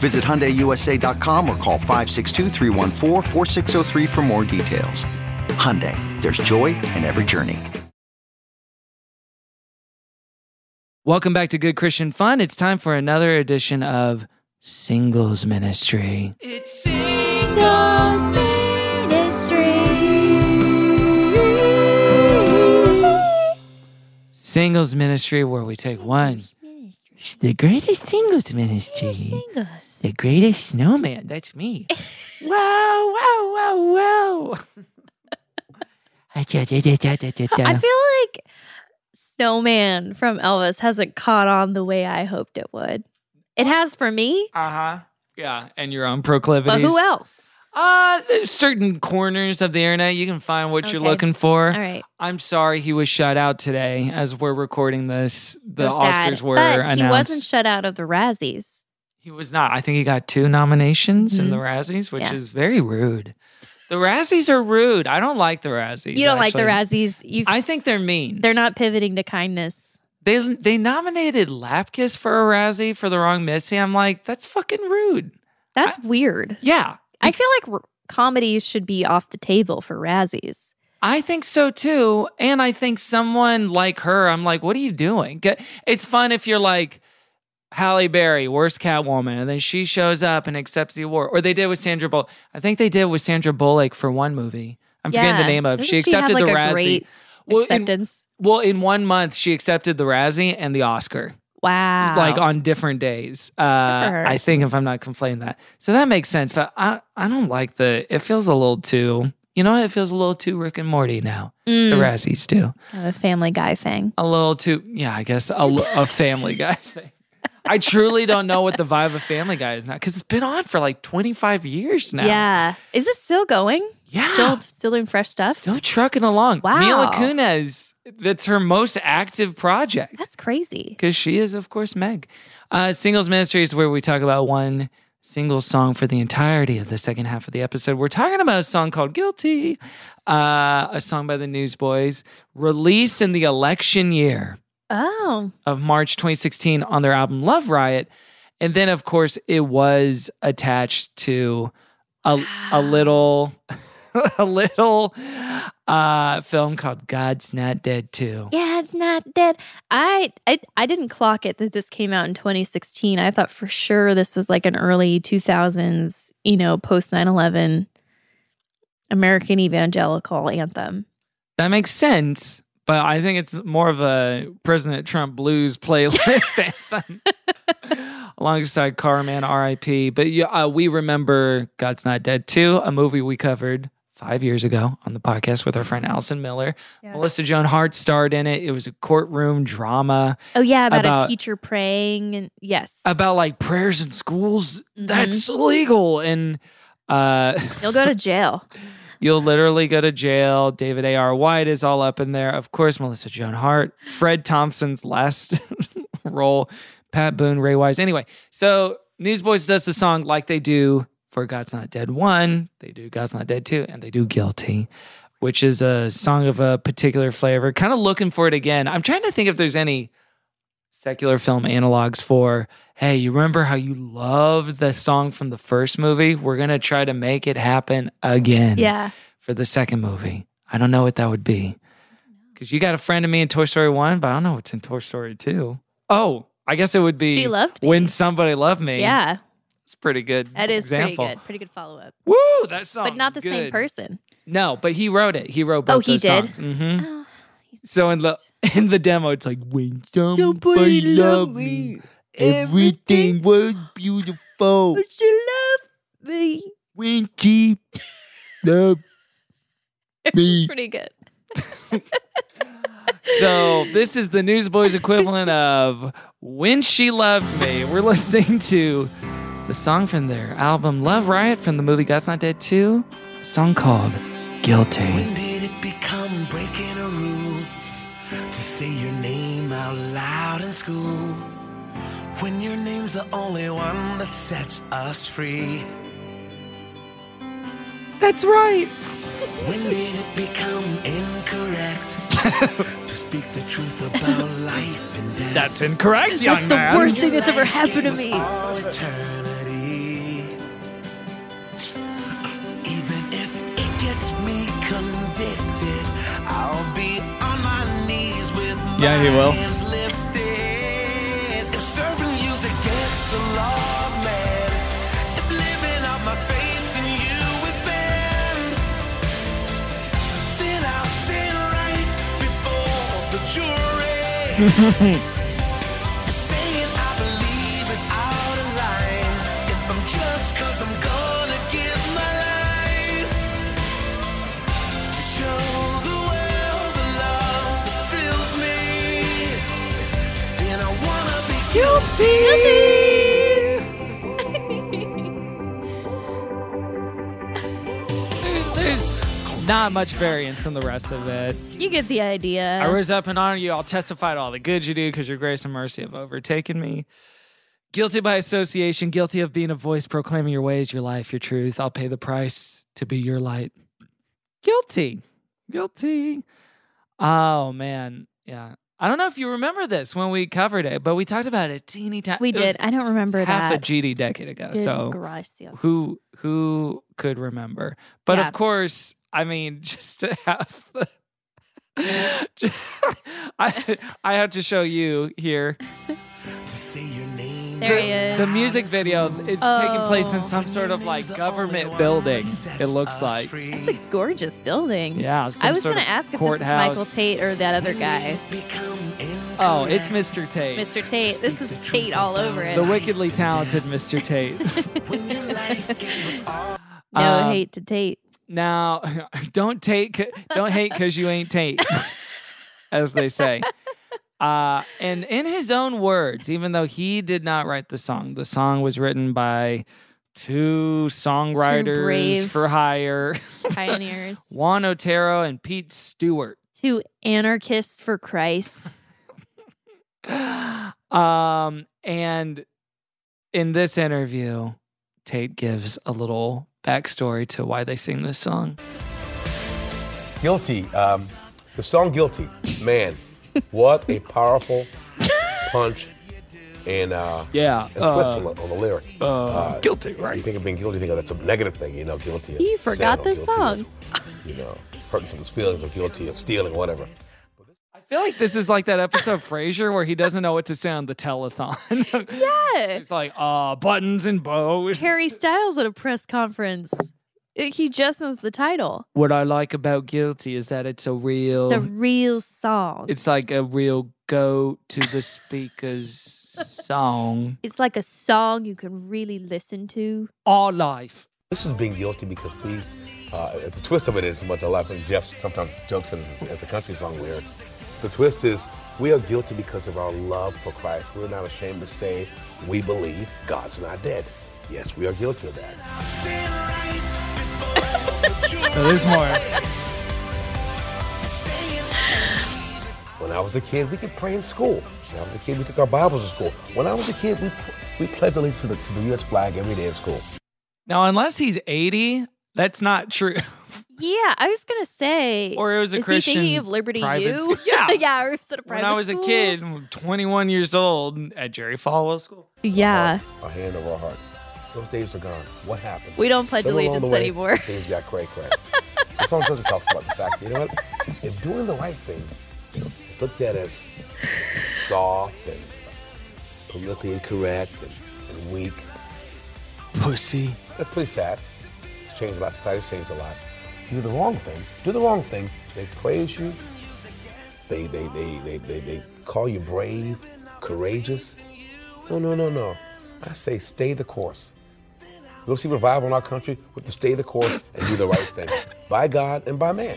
Speaker 8: Visit HyundaiUSA.com or call 562-314-4603 for more details. Hyundai, there's joy in every journey.
Speaker 7: Welcome back to Good Christian Fun. It's time for another edition of Singles Ministry. Singles Ministry, where we take one. It's the greatest singles ministry. The greatest snowman. That's me. wow, wow, wow, wow. I
Speaker 2: I feel like Snowman from Elvis hasn't caught on the way I hoped it would. It has for me,
Speaker 7: Uh huh. Yeah, and your own
Speaker 2: but
Speaker 7: proclivities.
Speaker 2: who else?
Speaker 7: Uh, there's certain corners of the internet you can find what you're
Speaker 2: Okay.
Speaker 7: looking for.
Speaker 2: All right.
Speaker 7: I'm sorry he was shut out today as we're recording this. The
Speaker 2: so sad.
Speaker 7: Oscars were
Speaker 2: but
Speaker 7: announced.
Speaker 2: He wasn't shut out of the Razzies.
Speaker 7: He was not. I think he got two nominations in the Razzies, which
Speaker 2: Mm-hmm. Yeah.
Speaker 7: is very rude. The Razzies are rude. I don't like the Razzies.
Speaker 2: you don't
Speaker 7: actually.
Speaker 2: like the Razzies. You
Speaker 7: I think they're mean.
Speaker 2: they're not pivoting to kindness.
Speaker 7: they they nominated Lapkus for a Razzie for the wrong Missy. I'm like, that's fucking rude.
Speaker 2: That's weird.
Speaker 7: Yeah,
Speaker 2: I feel like r- comedies should be off the table for Razzies.
Speaker 7: I think so too. And I think someone like her, I'm like, what are you doing? Get- It's fun if you're like Halle Berry, worst Catwoman, and then she shows up and accepts the award. Or they did with Sandra Bullock. I think they did with Sandra Bullock for one movie. I'm forgetting
Speaker 2: Yeah.
Speaker 7: the name of. it.
Speaker 2: Doesn't
Speaker 7: She
Speaker 2: have,
Speaker 7: accepted
Speaker 2: like,
Speaker 7: the
Speaker 2: a
Speaker 7: Razzie.
Speaker 2: great
Speaker 7: well, in,
Speaker 2: acceptance.
Speaker 7: well, in one month, she accepted the Razzie and the Oscar,
Speaker 2: wow.
Speaker 7: like on different days. Uh,
Speaker 2: her.
Speaker 7: I think if I'm not conflating that, so that makes sense. But I, I don't like the. It feels a little too. You know, it feels a little too Rick and Morty now the
Speaker 2: Mm,
Speaker 7: Razzies do.
Speaker 2: kind of a Family Guy thing.
Speaker 7: A little too, yeah, I guess a, l- a Family Guy thing. I truly don't know what the vibe of Family Guy is now because it's been on for like 25 years now.
Speaker 2: Yeah. Is it still going?
Speaker 7: Yeah.
Speaker 2: Still, still doing fresh stuff.
Speaker 7: Still trucking along.
Speaker 2: Wow.
Speaker 7: Mila Kunis, that's her most active project
Speaker 2: That's crazy.
Speaker 7: because she is, of course, Meg. Uh, Singles Ministry is where we talk about one single song for the entirety of the second half of the episode. We're talking about a song called Guilty, uh, a song by the Newsboys, released in the election year.
Speaker 2: Oh,
Speaker 7: of March 2016 on their album Love Riot. And then, of course, it was attached to a, a little, a little uh, film called God's Not Dead 2.
Speaker 2: yeah, it's not dead. I, I I didn't clock it that this came out in 2016. I thought for sure this was like an early 2000s, you know, post 9/11 American evangelical anthem.
Speaker 7: That makes sense, but I think it's more of a President Trump blues playlist anthem. alongside Carman, R.I.P. But yeah, uh, we remember God's Not Dead too, a movie we covered five years ago on the podcast with our friend Allison Miller. Melissa Joan Hart starred in it. It was a courtroom drama
Speaker 2: Oh yeah, about, a
Speaker 7: About-
Speaker 2: teacher praying and yes,
Speaker 7: about like prayers in schools. That's illegal. And uh,
Speaker 2: you'll go to jail.
Speaker 7: You'll literally go to jail. David A.R. White is all up in there. Of course, Melissa Joan Hart, Fred Thompson's last role, Pat Boone, Ray Wise. Anyway, so Newsboys does the song like they do for God's Not Dead 1, they do God's Not Dead 2, and they do Guilty, which is a song of a particular flavor. Kind of looking for it again. I'm trying to think if there's any secular film analogs for hey you remember how you loved the song from the first movie we're gonna try to make it happen again
Speaker 2: Yeah,
Speaker 7: for the second movie. I don't know what that would be. Because you got a friend of me in Toy Story 1, but I don't know what's in Toy Story 2. Oh, I guess it would be
Speaker 2: She Loved Me.
Speaker 7: When Somebody Loved Me.
Speaker 2: yeah,
Speaker 7: It's a pretty good.
Speaker 2: that is
Speaker 7: example. Oh,
Speaker 2: pretty good. Pretty good follow up,
Speaker 7: Woo, that song.
Speaker 2: but not the same person.
Speaker 7: No, but he wrote it. He wrote both
Speaker 2: Oh, he
Speaker 7: those
Speaker 2: did?
Speaker 7: songs. Mhm.
Speaker 2: Oh, he's
Speaker 7: So in the
Speaker 2: best.
Speaker 7: in the demo, it's like when somebody loved me, everything was beautiful.
Speaker 2: Oh,
Speaker 7: She loved me when she loved me.
Speaker 2: pretty good.
Speaker 7: So this is the Newsboys equivalent of "When She Loved Me." We're listening to the song from their album "Love Riot" from the movie "God's Not Dead 2," a song called "Guilty."
Speaker 3: When did it become breaking a rule to say your name out loud in school? When your name's the only one that sets us free.
Speaker 7: That's right.
Speaker 3: When did it become incorrect to speak the truth about life and death?
Speaker 7: That's incorrect, young
Speaker 2: That's the
Speaker 7: man.
Speaker 2: worst thing that's ever happened to me.
Speaker 3: All eternity. Even if it gets me convicted, I'll be on my knees with my
Speaker 7: Yeah, he will.
Speaker 3: hands lifted. If serving you's against the law, man, if living out my faith in you is banned, then I'll stand right before the jury. Saying I believe is out of line. If I'm judged i I'm gonna give my life to show the world the love that fills me, then I wanna be guilty.
Speaker 7: There- There's not much variance in the rest of it.
Speaker 2: You get the idea.
Speaker 7: I rose up and honor you. I'll testify to all the good you do because your grace and mercy have overtaken me. Guilty by association, guilty of being a voice proclaiming your ways, your life, your truth. I'll pay the price to be your light. Guilty. Guilty. Oh, man. Yeah. I don't know if you remember this when we covered it, but we talked about it teeny tiny.
Speaker 2: we
Speaker 7: it
Speaker 2: did.
Speaker 7: was
Speaker 2: I don't remember
Speaker 7: half a
Speaker 2: that.
Speaker 7: GD decade ago.
Speaker 2: Good
Speaker 7: so
Speaker 2: gracias.
Speaker 7: who who could remember but
Speaker 2: Yeah.
Speaker 7: of course i mean just to have the, i i have to show you here
Speaker 3: To say your name
Speaker 2: There he
Speaker 3: out
Speaker 2: is.
Speaker 7: the music video it's taking place in
Speaker 2: Oh.
Speaker 7: some sort of
Speaker 3: loud's
Speaker 7: like
Speaker 3: the only
Speaker 7: government
Speaker 3: one
Speaker 7: building
Speaker 3: that sets
Speaker 7: it looks
Speaker 3: us
Speaker 7: like
Speaker 2: It's a
Speaker 3: free.
Speaker 2: gorgeous building.
Speaker 7: yeah
Speaker 2: I
Speaker 7: some
Speaker 2: was
Speaker 7: sort
Speaker 2: gonna
Speaker 7: of
Speaker 2: ask if this is
Speaker 7: courthouse.
Speaker 2: Michael Tate or that other guy,
Speaker 7: oh it's mr tate
Speaker 2: Mr. Tate. This is Tate all over it.
Speaker 7: the wickedly talented mr tate
Speaker 2: no
Speaker 7: Um,
Speaker 2: hate to Tate.
Speaker 7: Now, don't take, don't hate because you ain't Tate, as they say. Uh, and in his own words, even though he did not write the song, the song was written by two songwriters
Speaker 2: brave.
Speaker 7: for hire,
Speaker 2: Pioneers.
Speaker 7: Juan Otero and Pete Stewart.
Speaker 2: to anarchists for Christ.
Speaker 7: Um, and in this interview, Tate gives a little backstory to why they sing this song.
Speaker 9: Guilty. Um, the song Guilty. Man, what a powerful punch and, uh,
Speaker 7: Yeah,
Speaker 9: and twist on, the, on the lyric. Uh,
Speaker 7: guilty,
Speaker 9: You
Speaker 7: right?
Speaker 9: think of being guilty, you think of that's a negative thing, you know, guilty of
Speaker 2: You
Speaker 9: sin
Speaker 2: forgot
Speaker 9: or
Speaker 2: the
Speaker 9: guilty
Speaker 2: song.
Speaker 9: Of, you know, hurting someone's feelings or guilty of stealing or whatever.
Speaker 7: I feel like this is like that episode of Frasier where he doesn't know what to say on the telethon.
Speaker 2: Yeah.
Speaker 7: It's like, uh, buttons and bows.
Speaker 2: Harry Styles at a press conference. It- He just knows the title.
Speaker 7: What I like about Guilty is that it's a real,
Speaker 2: It's a real song.
Speaker 7: it's like a real go to the speakers song
Speaker 2: It's like a song you can really listen to.
Speaker 7: all life.
Speaker 9: This is being guilty because we, uh, the twist of it is much alive. And Jeff sometimes jokes at us as, as a country song lyric. The twist is we are guilty because of our love for Christ. We're not ashamed to say we believe God's not dead. Yes, we are guilty of that.
Speaker 7: So there's more.
Speaker 9: When I was a kid, we could pray in school. When I was a kid, we took our Bibles to school. When I was a kid, we we pledged allegiance to the, to the U.S. flag every day in school.
Speaker 7: Now, unless he's 80, that's not true.
Speaker 2: Yeah, I was gonna say.
Speaker 7: Or it was a
Speaker 2: is
Speaker 7: Christian.
Speaker 2: he thinking of Liberty
Speaker 7: private
Speaker 2: U?
Speaker 7: school. Yeah.
Speaker 2: yeah. Or instead of
Speaker 7: When
Speaker 2: private
Speaker 7: I was a
Speaker 2: school?
Speaker 7: kid, 21 years old, at Jerry Falwell School.
Speaker 2: Yeah.
Speaker 9: Our hand over our heart. Those days are gone. What happened?
Speaker 2: We don't pledge
Speaker 9: Somewhere along the
Speaker 2: allegiance
Speaker 9: way,
Speaker 2: anymore.
Speaker 9: Things got cray cray. the song goes and talks about the fact that, you know what? If doing the right thing is looked at as soft and politically incorrect and, and weak,
Speaker 7: Pussy.
Speaker 9: that's pretty sad. It's changed a lot. Society's changed a lot. You do the wrong thing. Do the wrong thing. They praise you. They they they they they, they call you brave, courageous. No no no no. I say stay the course. We'll see revival in our country with the stay the course and do the right thing by God and by man.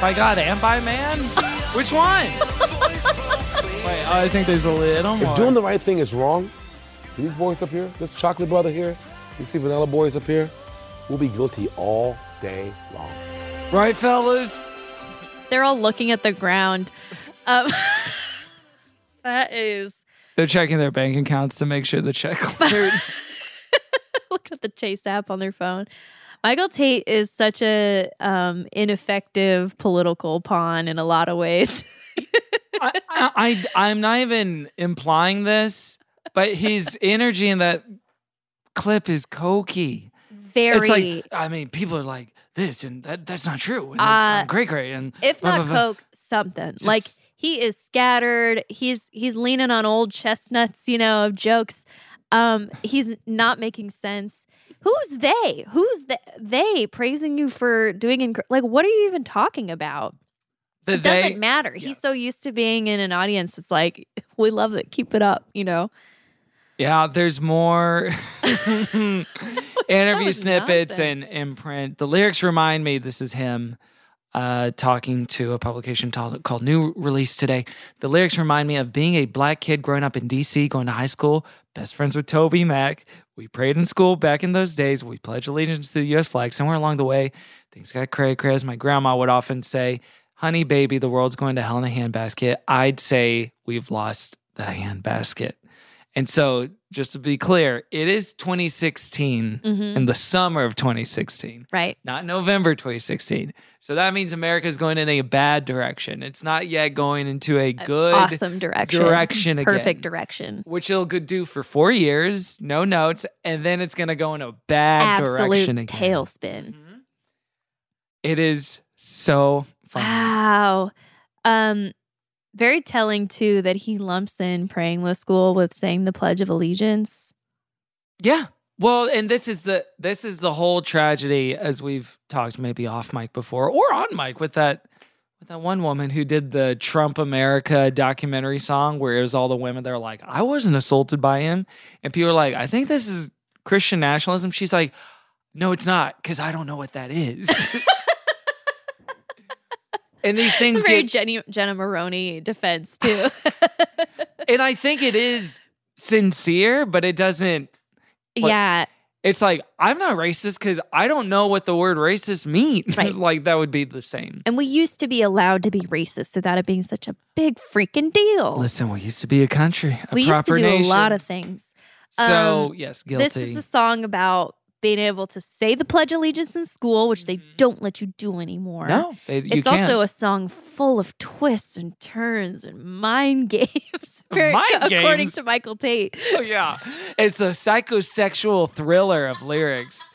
Speaker 7: By God and by man? Which one? Wait, I think there's a little
Speaker 9: If
Speaker 7: more.
Speaker 9: doing the right thing is wrong, these boys up here, this chocolate brother here, you see vanilla boys up here, we'll be guilty all day long.
Speaker 7: right, fellas?
Speaker 2: They're all looking at the ground. Um, that is
Speaker 7: They're checking their bank accounts to make sure the check cleared.
Speaker 2: look at the Chase app on their phone. Michael Tate is such a um, ineffective political pawn in a lot of ways.
Speaker 7: I, I, I, am not even implying this, but his energy in that clip is cokey.
Speaker 2: Very,
Speaker 7: It's like, I mean, people are like, this and that, that's not true. And
Speaker 2: Uh,
Speaker 7: it's great, great. And
Speaker 2: if
Speaker 7: blah, blah,
Speaker 2: not
Speaker 7: blah.
Speaker 2: coke, something like he is scattered. He's he's leaning on old chestnuts, you know, of jokes. Um, he's not making sense. Who's they? Who's the, they praising you for doing? Inc- like, what are you even talking about?
Speaker 7: The
Speaker 2: It doesn't
Speaker 7: they-
Speaker 2: matter. He's so used to being in an audience that's like, we love it, keep it up, you know.
Speaker 7: Yeah, there's more interview
Speaker 2: was
Speaker 7: snippets and
Speaker 2: nonsense.
Speaker 7: and print. The lyrics remind me this is him uh, talking to a publication t- called New Release Today. The lyrics remind me of being a black kid growing up in DC, going to high school, best friends with Toby Mac. We prayed in school back in those days. We pledged allegiance to the US flag. Somewhere along the way, things got cray cray. As my grandma would often say, Honey, baby, the world's going to hell in a handbasket. I'd say we've lost the handbasket. And so, just to be clear, it is 2016
Speaker 2: Mhm.
Speaker 7: in the summer of 2016,
Speaker 2: Right.
Speaker 7: not November 2016. So that means America is going in a bad direction. It's not yet going into a good,
Speaker 2: awesome direction.
Speaker 7: direction again.
Speaker 2: Perfect direction.
Speaker 7: which it'll go do for four years, no notes, and then it's going to go in a bad direction
Speaker 2: Absolute
Speaker 7: again. Mm-hmm.
Speaker 2: tailspin.
Speaker 7: It is so funny.
Speaker 2: Wow. Um, very telling too that he lumps in praying with school with saying the Pledge of Allegiance.
Speaker 7: Yeah. Well, and this is the this is the whole tragedy as we've talked maybe off mic before or on mic with that with that one woman who did the Trump America documentary song where it was all the women that are like, I wasn't assaulted by him. And people are like, I think this is Christian nationalism. She's like, No, it's not, because I don't know what that is. and these
Speaker 2: It's
Speaker 7: things
Speaker 2: a very
Speaker 7: get
Speaker 2: Jenny, Jenna Maroney defense too.
Speaker 7: and I think it is sincere, but it doesn't What-
Speaker 2: yeah,
Speaker 7: it's like I'm not racist because I don't know what the word racist means.
Speaker 2: Right.
Speaker 7: like that would be the same.
Speaker 2: and we used to be allowed to be racist without it being such a big freaking deal.
Speaker 7: Listen, we used to be a country, a
Speaker 2: we used
Speaker 7: proper
Speaker 2: to do
Speaker 7: nation.
Speaker 2: a lot of things.
Speaker 7: So
Speaker 2: um,
Speaker 7: yes, guilty.
Speaker 2: This is a song about being able to say the Pledge of Allegiance in school, which they don't let you do anymore.
Speaker 7: Mm-hmm. no, they- you
Speaker 2: it's
Speaker 7: can't.
Speaker 2: also a song full of twists and turns and mind games. very-
Speaker 7: Mind
Speaker 2: according
Speaker 7: games?
Speaker 2: to Michael Tate.
Speaker 7: Oh, yeah, it's a psychosexual thriller of lyrics.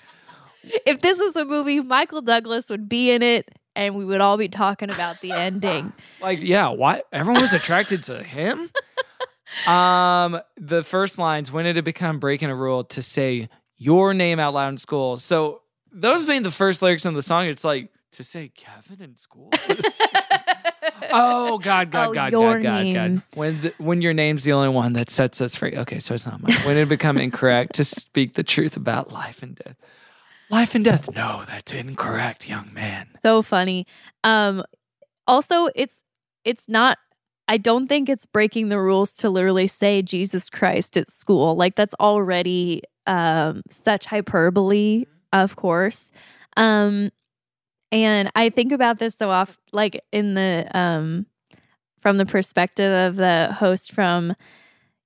Speaker 2: If this was a movie, Michael Douglas would be in it and we would all be talking about the ending.
Speaker 7: Like yeah, why everyone was attracted to him? Um, the first lines. When did it become breaking a rule to say your name out loud in school? So those being the first lyrics in the song, it's like to say Kevin in school. Oh God, God,
Speaker 2: Oh,
Speaker 7: God,
Speaker 2: your
Speaker 7: God, God,
Speaker 2: name.
Speaker 7: God. When the, when your name's the only one that sets us free. Okay, so it's not mine. When it become incorrect to speak the truth about life and death. Life and death. No, that's incorrect, young man.
Speaker 2: so funny. Um also it's it's not I don't think it's breaking the rules to literally say Jesus Christ at school. Like that's already um such hyperbole, of course. Um and I think about this so often like in the um from the perspective of the host from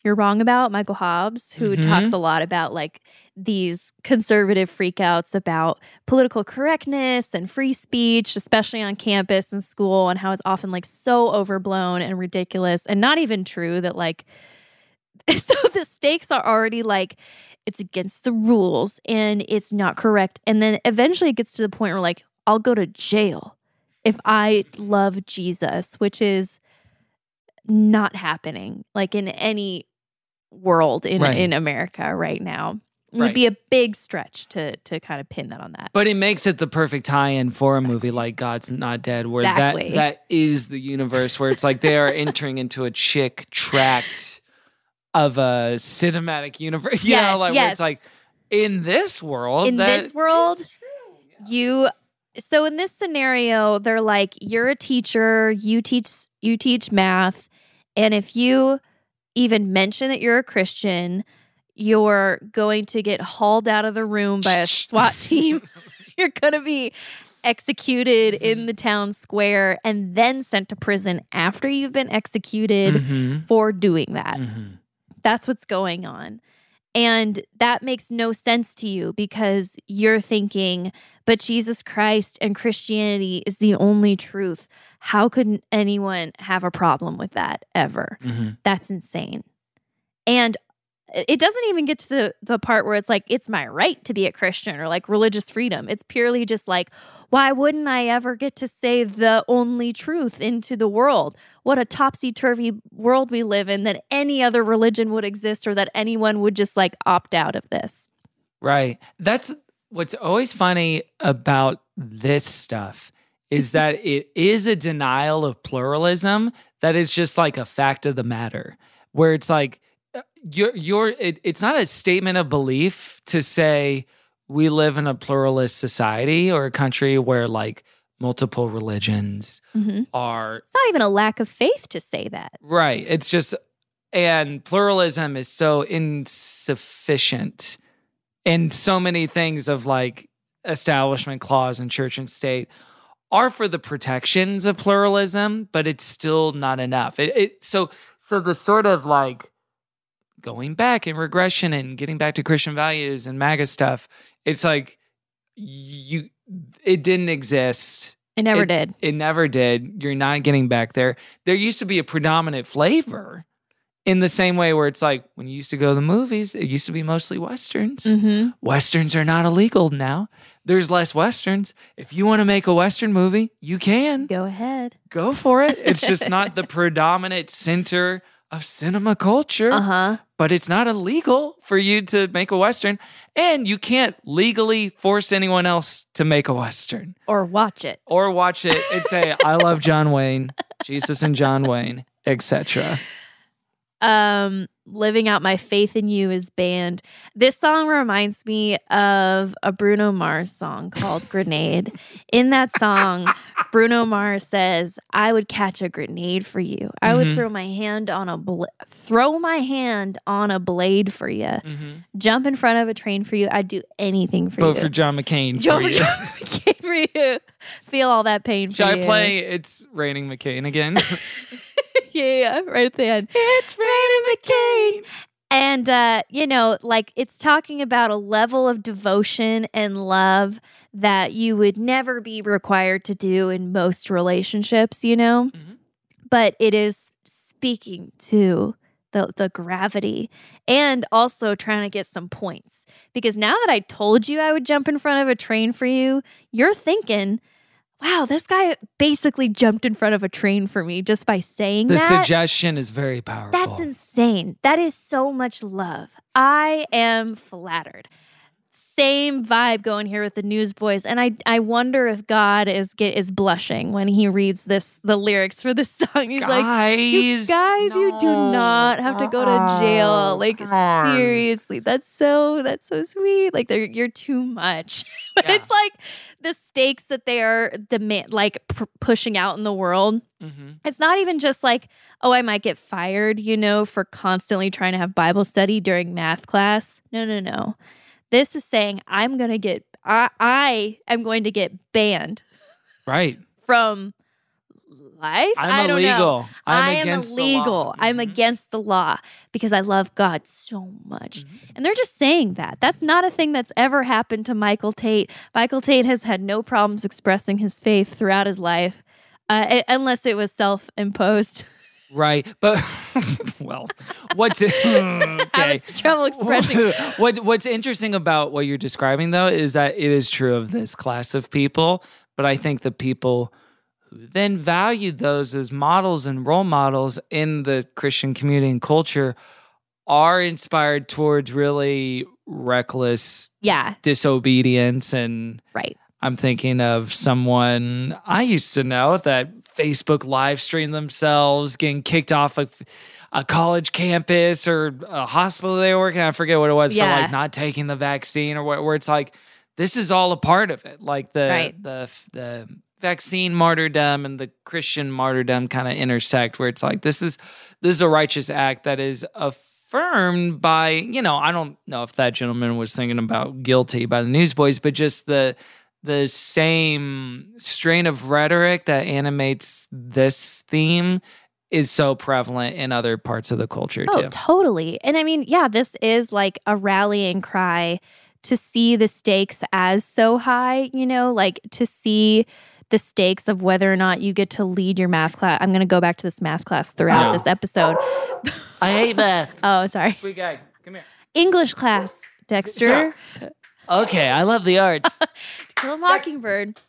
Speaker 2: You're Wrong About, Michael Hobbs, who
Speaker 7: Mhm.
Speaker 2: talks a lot about like these conservative freakouts about political correctness and free speech, especially on campus and school, and how it's often like so overblown and ridiculous and not even true that like so the stakes are already like it's against the rules and it's not correct. And then eventually it gets to the point where like I'll go to jail if I love Jesus, which is not happening like in any world in
Speaker 7: Right.
Speaker 2: in America right now. It
Speaker 7: Right.
Speaker 2: would be a big stretch to to kind of pin that on that.
Speaker 7: But it makes it the perfect tie-in for a movie like God's Not Dead, where
Speaker 2: Exactly.
Speaker 7: that that is the universe where it's like they are entering into a chick tract of a cinematic universe. You
Speaker 2: Yes,
Speaker 7: know, like where
Speaker 2: yes.
Speaker 7: it's like in this world,
Speaker 2: in
Speaker 7: that,
Speaker 2: this world you so in this scenario they're like you're a teacher you teach you teach math and if you even mention that you're a christian you're going to get hauled out of the room by a swat team you're going to be executed in the town square and then sent to prison after you've been executed
Speaker 7: Mhm.
Speaker 2: for doing that
Speaker 7: Mhm.
Speaker 2: that's what's going on. And that makes no sense to you because you're thinking, but Jesus Christ and Christianity is the only truth. How could anyone have a problem with that ever?
Speaker 7: Mhm.
Speaker 2: That's insane. And it doesn't even get to the, the part where it's like, it's my right to be a Christian or like religious freedom. It's purely just like, why wouldn't I ever get to say the only truth into the world? What a topsy turvy world we live in that any other religion would exist or that anyone would just like opt out of this.
Speaker 7: Right. That's what's always funny about this stuff is that it is a denial of pluralism that is just like a fact of the matter, where it's like uh, you're you're it, it's not a statement of belief to say we live in a pluralist society or a country where like multiple religions
Speaker 2: Mhm.
Speaker 7: are
Speaker 2: It's not even a lack of faith to say that.
Speaker 7: Right. It's just, and pluralism is so insufficient in so many things of like establishment clause and church and state are for the protections of pluralism, but it's still not enough. It, it so so the sort of like going back and regression and getting back to Christian values and MAGA stuff, it's like you it didn't exist
Speaker 2: I never
Speaker 7: it-
Speaker 2: did.
Speaker 7: It never did. You're not getting back there. There used to be a predominant flavor in the same way where it's like when you used to go to the movies, it used to be mostly Westerns.
Speaker 2: Mm-hmm.
Speaker 7: Westerns are not illegal now. There's less Westerns. If you want to make a Western movie, you can.
Speaker 2: Go ahead.
Speaker 7: Go for it. It's just not the predominant center of cinema culture
Speaker 2: Uh huh.
Speaker 7: but it's not illegal for you to make a Western. And you can't legally force anyone else to make a Western
Speaker 2: Or watch it.
Speaker 7: or watch it and say, I love John Wayne, Jesus and John Wayne, etc.
Speaker 2: um living out my faith in you is banned this song reminds me of a bruno mars song called grenade in that song bruno mars says i would catch a grenade for you i would
Speaker 7: Mhm.
Speaker 2: throw my hand on a bl- throw my hand on a blade for you jump in front of a train for you i'd do anything for
Speaker 7: Vote
Speaker 2: you
Speaker 7: for John McCain.
Speaker 2: Jump
Speaker 7: for
Speaker 2: for
Speaker 7: you.
Speaker 2: John McCain for you. feel all that pain for
Speaker 7: Should I
Speaker 2: you.
Speaker 7: play It's Raining McCain again?
Speaker 2: yeah, yeah, yeah, right at the end. It's Brandon McCain. And, uh, you know, like it's talking about a level of devotion and love that you would never be required to do in most relationships, you know?
Speaker 7: Mhm.
Speaker 2: But it is speaking to the, the gravity and also trying to get some points. Because now that I told you I would jump in front of a train for you, you're thinking, wow, this guy basically jumped in front of a train for me just by saying
Speaker 7: the
Speaker 2: that.
Speaker 7: suggestion is very powerful.
Speaker 2: That's insane. That is so much love. I am flattered. same vibe going here with the Newsboys, and I I wonder if God is get is blushing when he reads this the lyrics for this song. He's like, you
Speaker 7: Guys,
Speaker 2: guys, you do not have to go to jail. Like seriously, that's so that's so sweet. Like they're you're too much, but it's like the stakes that they are demand like pr- pushing out in the world.
Speaker 7: Mm-hmm.
Speaker 2: It's not even just like, oh, I might get fired, you know, for constantly trying to have Bible study during math class. No, no, no. This is saying I'm going to get, I, I am going to get banned
Speaker 7: Right.
Speaker 2: from life.
Speaker 7: I'm
Speaker 2: I do not
Speaker 7: illegal.
Speaker 2: know.
Speaker 7: I'm
Speaker 2: I am
Speaker 7: against the law. Mm-hmm.
Speaker 2: illegal. I'm against the law because I love God so much.
Speaker 7: Mm-hmm.
Speaker 2: And they're just saying that. That's not a thing that's ever happened to Michael Tate. Michael Tate has had no problems expressing his faith throughout his life, uh, it- unless it was self imposed.
Speaker 7: Right. But well, what's okay.
Speaker 2: I was trouble expressing.
Speaker 7: what what's interesting about what you're describing though is that it is true of this class of people, but I think the people who then valued those as models and role models in the Christian community and culture are inspired towards really reckless
Speaker 2: yeah,
Speaker 7: disobedience and
Speaker 2: right.
Speaker 7: I'm thinking of someone I used to know that Facebook live streamed themselves getting kicked off of a college campus or a hospital they were working at. I forget what it was for
Speaker 2: Yeah.
Speaker 7: like not taking the vaccine or what, where it's like, this is all a part of it. Like the,
Speaker 2: Right.
Speaker 7: the, the vaccine martyrdom and the Christian martyrdom kind of intersect where it's like, this is, this is a righteous act that is affirmed by, you know, I don't know if that gentleman was thinking about guilty by the newsboys, but just the, the same strain of rhetoric that animates this theme is so prevalent in other parts of the culture
Speaker 2: Oh,
Speaker 7: too.
Speaker 2: totally. And I mean, yeah, this is like a rallying cry to see the stakes as so high, you know, like to see the stakes of whether or not you get to lead your math class. I'm going to go back to this math class throughout
Speaker 7: Yeah.
Speaker 2: this episode.
Speaker 7: I hate math.
Speaker 2: Oh, sorry.
Speaker 7: Sweet guy, come here.
Speaker 2: English class, Dexter.
Speaker 7: Okay, I love the arts.
Speaker 2: Kill a mockingbird.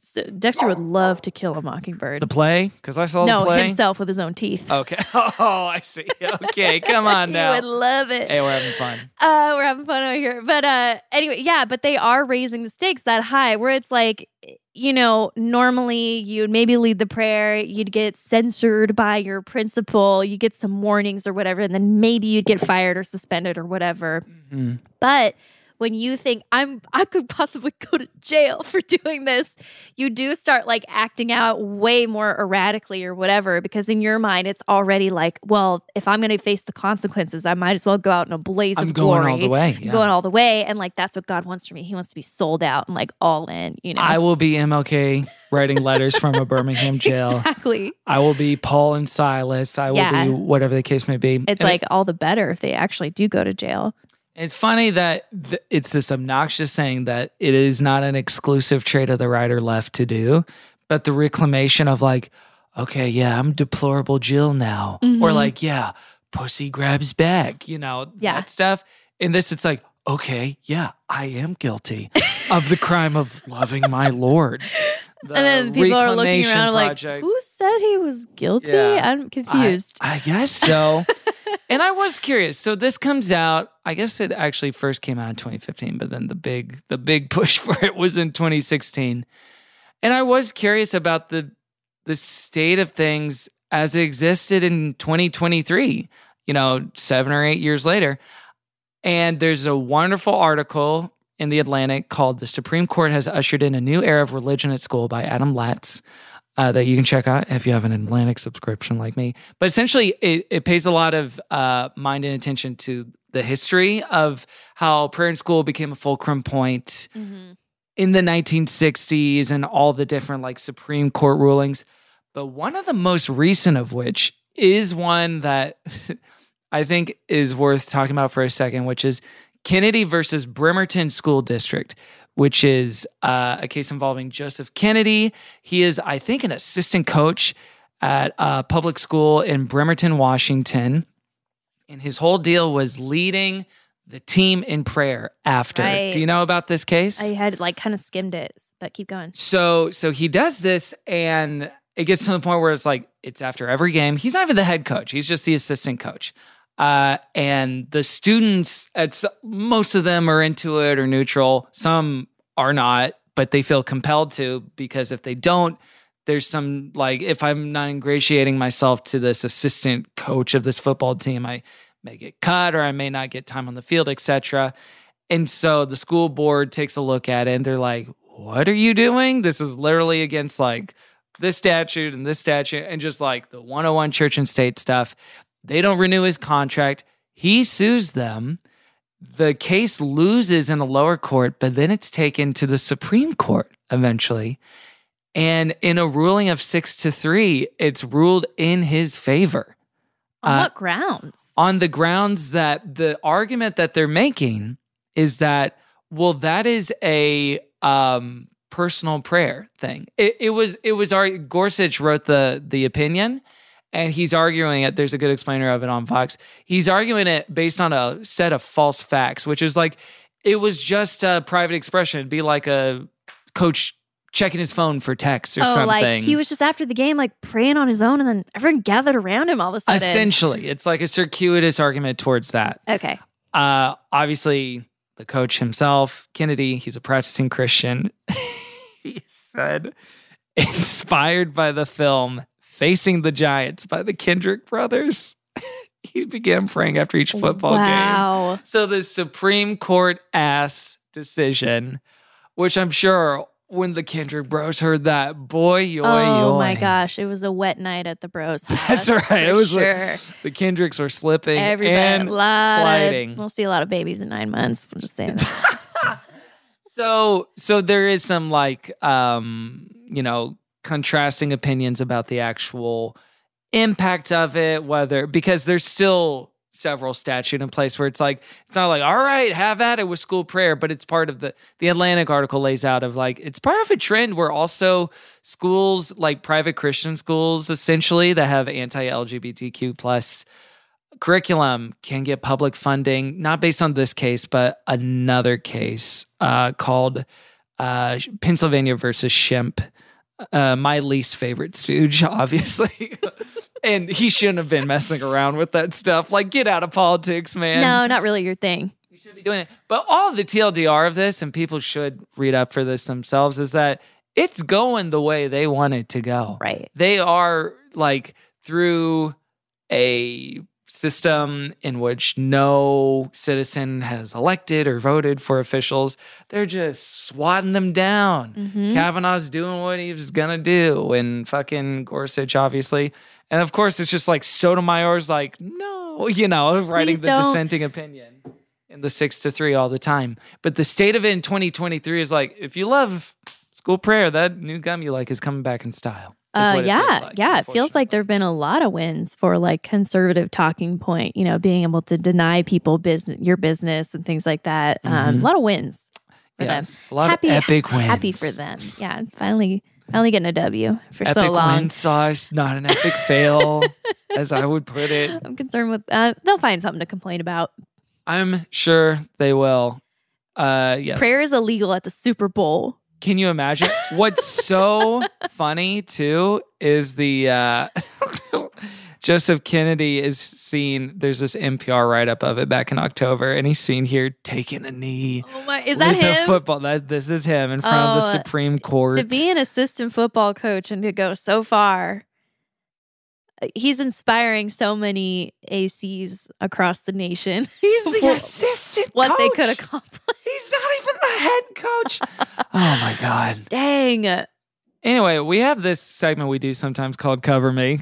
Speaker 2: So Dexter would love to kill a mockingbird.
Speaker 7: the play? Because I saw the
Speaker 2: no,
Speaker 7: play.
Speaker 2: himself with his own teeth.
Speaker 7: Okay. Oh, I see. Okay, come on
Speaker 2: He
Speaker 7: now.
Speaker 2: would love it.
Speaker 7: Hey, we're having fun.
Speaker 2: uh we're having fun over here but uh anyway yeah but they are raising the stakes that high where it's like you know normally you'd maybe lead the prayer you'd get censored by your principal you get some warnings or whatever and then maybe you'd get fired or suspended or whatever
Speaker 7: Mhm.
Speaker 2: but when you think i'm i could possibly go to jail for doing this you do start like acting out way more erratically or whatever because in your mind it's already like well if i'm going to face the consequences i might as well go out in a blaze
Speaker 7: I'm
Speaker 2: of
Speaker 7: going
Speaker 2: glory
Speaker 7: all the way. yeah.
Speaker 2: going all the way and like that's what god wants from me he wants to be sold out and like all in you know
Speaker 7: I will be MLK writing letters from a Birmingham jail.
Speaker 2: exactly
Speaker 7: I will be Paul and Silas. I will
Speaker 2: Yeah.
Speaker 7: be whatever the case may be.
Speaker 2: it's
Speaker 7: And it-
Speaker 2: like all the better if they actually do go to jail
Speaker 7: It's funny that th- it's this obnoxious saying that it is not an exclusive trait of the right or left to do, but the reclamation of like, okay, yeah, I'm deplorable Jill now, or
Speaker 2: Mhm.
Speaker 7: like, yeah, pussy grabs back, you know,
Speaker 2: Yeah.
Speaker 7: that stuff. In this, it's like, okay, yeah, I am guilty of the crime of loving my lord. The
Speaker 2: and then people are looking
Speaker 7: Reclamation
Speaker 2: around like
Speaker 7: Project.
Speaker 2: who said he was guilty
Speaker 7: Yeah.
Speaker 2: i'm confused
Speaker 7: I, I guess so. and I was curious. So this comes out. I guess it actually first came out in 2015, but then the big the big push for it was in 2016. And I was curious about the the state of things as it existed in 2023. You know, seven or eight years later. And there's a wonderful article in The Atlantic called The Supreme Court Has Ushered in a New Era of Religion at School by Adam Latz uh, that you can check out if you have an Atlantic subscription like me. But essentially, it, it pays a lot of uh, mind and attention to the history of how prayer in school became a fulcrum point
Speaker 2: Mhm.
Speaker 7: in the 1960s and all the different like Supreme Court rulings. But one of the most recent of which is one that I think is worth talking about for a second, which is Kennedy versus Bremerton School District, which is uh, a case involving Joseph Kennedy. He is, I think, an assistant coach at a public school in Bremerton, Washington. And his whole deal was leading the team in prayer after.
Speaker 2: Right.
Speaker 7: Do you know about this case?
Speaker 2: I had like kind of skimmed it but keep going
Speaker 7: So so he does this and it gets to the point where it's like it's after every game. He's not even the head coach. He's just the assistant coach. Uh, and the students, at s- most of them are into it or neutral. Some are not, but they feel compelled to because if they don't, there's some like if I'm not ingratiating myself to this assistant coach of this football team, I may get cut or I may not get time on the field, etc. And so the school board takes a look at it and they're like, "What are you doing? This is literally against like this statute and this statute and just like the 101 church and state stuff. They don't renew his contract. He sues them. The case loses in a lower court, but then it's taken to the Supreme Court eventually. And in a ruling of six to three, it's ruled in his favor.
Speaker 2: On
Speaker 7: Uh,
Speaker 2: what grounds?
Speaker 7: on the grounds that the argument that they're making is that well that is a um personal prayer thing it, it was it was our gorsuch wrote the the opinion and he's arguing it there's a good explainer of it on fox he's arguing it based on a set of false facts which is like it was just a private expression It'd be like a coach checking his phone for texts or
Speaker 2: oh,
Speaker 7: something
Speaker 2: like he was just after the game, like praying on his own, and then everyone gathered around him all of a sudden.
Speaker 7: essentially it's like a circuitous argument towards that
Speaker 2: Okay.
Speaker 7: uh obviously the coach himself kennedy he's a practicing christian he said inspired by the film facing the giants by the kendrick brothers he began praying after each football
Speaker 2: wow.
Speaker 7: game so the supreme court ass decision which i'm sure when the kendrick bros heard that boy yoy
Speaker 2: oh
Speaker 7: yoy
Speaker 2: my gosh, it was a wet night at the bros.
Speaker 7: that's
Speaker 2: house,
Speaker 7: right
Speaker 2: for
Speaker 7: it was
Speaker 2: sure.
Speaker 7: like, the kendricks were slipping
Speaker 2: Everybody,
Speaker 7: and
Speaker 2: a lot of-
Speaker 7: sliding
Speaker 2: we'll see a lot of babies in nine months. I'm just saying. that.
Speaker 7: So so there is some like um you know contrasting opinions about the actual impact of it whether because there's still several statute in place where it's like it's not like all right have at it with school prayer but it's part of the the Atlantic article lays out of like it's part of a trend where also schools like private Christian schools essentially that have anti LGBTQ plus curriculum can get public funding, not based on this case, but another case uh, called uh, Pennsylvania versus Shemp. Uh, my least favorite stooge, obviously. and he shouldn't have been messing around with that stuff. Like, get out of politics, man.
Speaker 2: no, not really your thing.
Speaker 7: You should be doing it. But all the TLDR of this, and people should read up for this themselves, is that it's going the way they want it to go.
Speaker 2: Right.
Speaker 7: They are like through a system in which no citizen has elected or voted for officials. They're just swatting them down.
Speaker 2: Mhm.
Speaker 7: Kavanaugh's doing what he was gonna do, and fucking Gorsuch, obviously. And of course, it's just like Sotomayor's like, no, you know, writing
Speaker 2: Please
Speaker 7: the
Speaker 2: don't.
Speaker 7: dissenting opinion in the six to three all the time. But the state of it in 2023 is like, if you love school prayer, that new gum you like is coming back in style. is
Speaker 2: Uh,
Speaker 7: what it feels
Speaker 2: yeah,
Speaker 7: like,
Speaker 2: yeah. It feels like
Speaker 7: unfortunately.
Speaker 2: there have been a lot of wins for like conservative talking point. You know, being able to deny people business, your business, and things like that. Um,
Speaker 7: Mhm.
Speaker 2: a lot of wins for them.
Speaker 7: Yes, a lot
Speaker 2: happy,
Speaker 7: of epic wins.
Speaker 2: Happy for them. Yeah, finally, finally getting a W for
Speaker 7: epic
Speaker 2: so long.
Speaker 7: win sauce, not an epic fail, as I would put it.
Speaker 2: I'm concerned with. Uh, they'll find something to complain about.
Speaker 7: I'm sure they will. Uh, yes.
Speaker 2: Prayer is illegal at the Super Bowl.
Speaker 7: Can you imagine? What's so funny too is the uh, Joseph Kennedy is seen. There's this NPR write up of it back in October, and he's seen here taking a knee.
Speaker 2: Oh my, is that
Speaker 7: with a
Speaker 2: him?
Speaker 7: football? That this is him in front of the
Speaker 2: Oh,
Speaker 7: Supreme Court.
Speaker 2: To be an assistant football coach and to go so far. Uh, He's inspiring so many ACs across the nation.
Speaker 7: he's
Speaker 2: Well,
Speaker 7: assistant.
Speaker 2: What they could
Speaker 7: coach.
Speaker 2: accomplish.
Speaker 7: He's not even the head coach. oh my god.
Speaker 2: Dang.
Speaker 7: Anyway, we have this segment we do sometimes called Cover Me,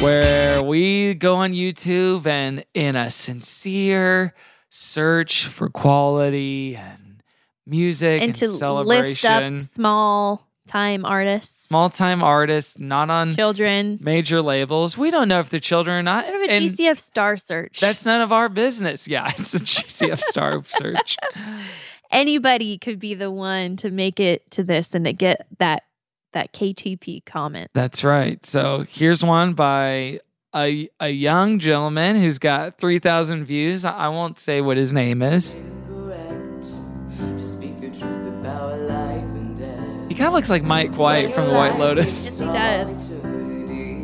Speaker 7: where we go on YouTube and in a sincere search for quality and music and,
Speaker 2: And to lift
Speaker 7: celebration,
Speaker 2: up small time artists,
Speaker 7: small time artists, not on
Speaker 2: children.
Speaker 7: major labels. We don't know if they're children or not.
Speaker 2: Sort of a
Speaker 7: and
Speaker 2: GCF star search.
Speaker 7: That's none of our business. Yeah, it's a GCF star search.
Speaker 2: anybody could be the one to make it to this and to get that that KTP comment.
Speaker 7: That's right. So here's one by a a young gentleman who's got three thousand views. I I won't say what his name is. He kind of looks like Mike White from The White Lotus.
Speaker 2: Yes, he does.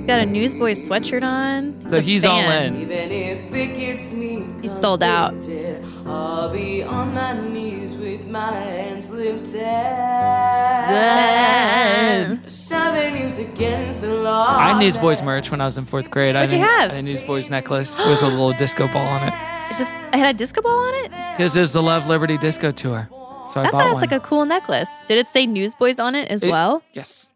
Speaker 2: got a Newsboy sweatshirt on.
Speaker 7: So
Speaker 2: a
Speaker 7: he's all
Speaker 2: fan.
Speaker 7: in.
Speaker 10: Even if it gives me
Speaker 2: He's sold out.
Speaker 10: conflicted, I'll be on my knees with my hands lifted. Seven years against the law.
Speaker 7: I had Newsboys merch when I was in fourth grade. I
Speaker 2: What'd you
Speaker 7: had a-
Speaker 2: have?
Speaker 7: I had a Newsboys necklace with a little disco ball on it.
Speaker 2: It's just it had a disco ball on it.
Speaker 7: Because it was the Love Liberty Disco Tour. So I
Speaker 2: That
Speaker 7: bought
Speaker 2: sounds
Speaker 7: one.
Speaker 2: like a cool necklace. Did it say Newsboys on it as
Speaker 7: It-
Speaker 2: well?
Speaker 7: Yes.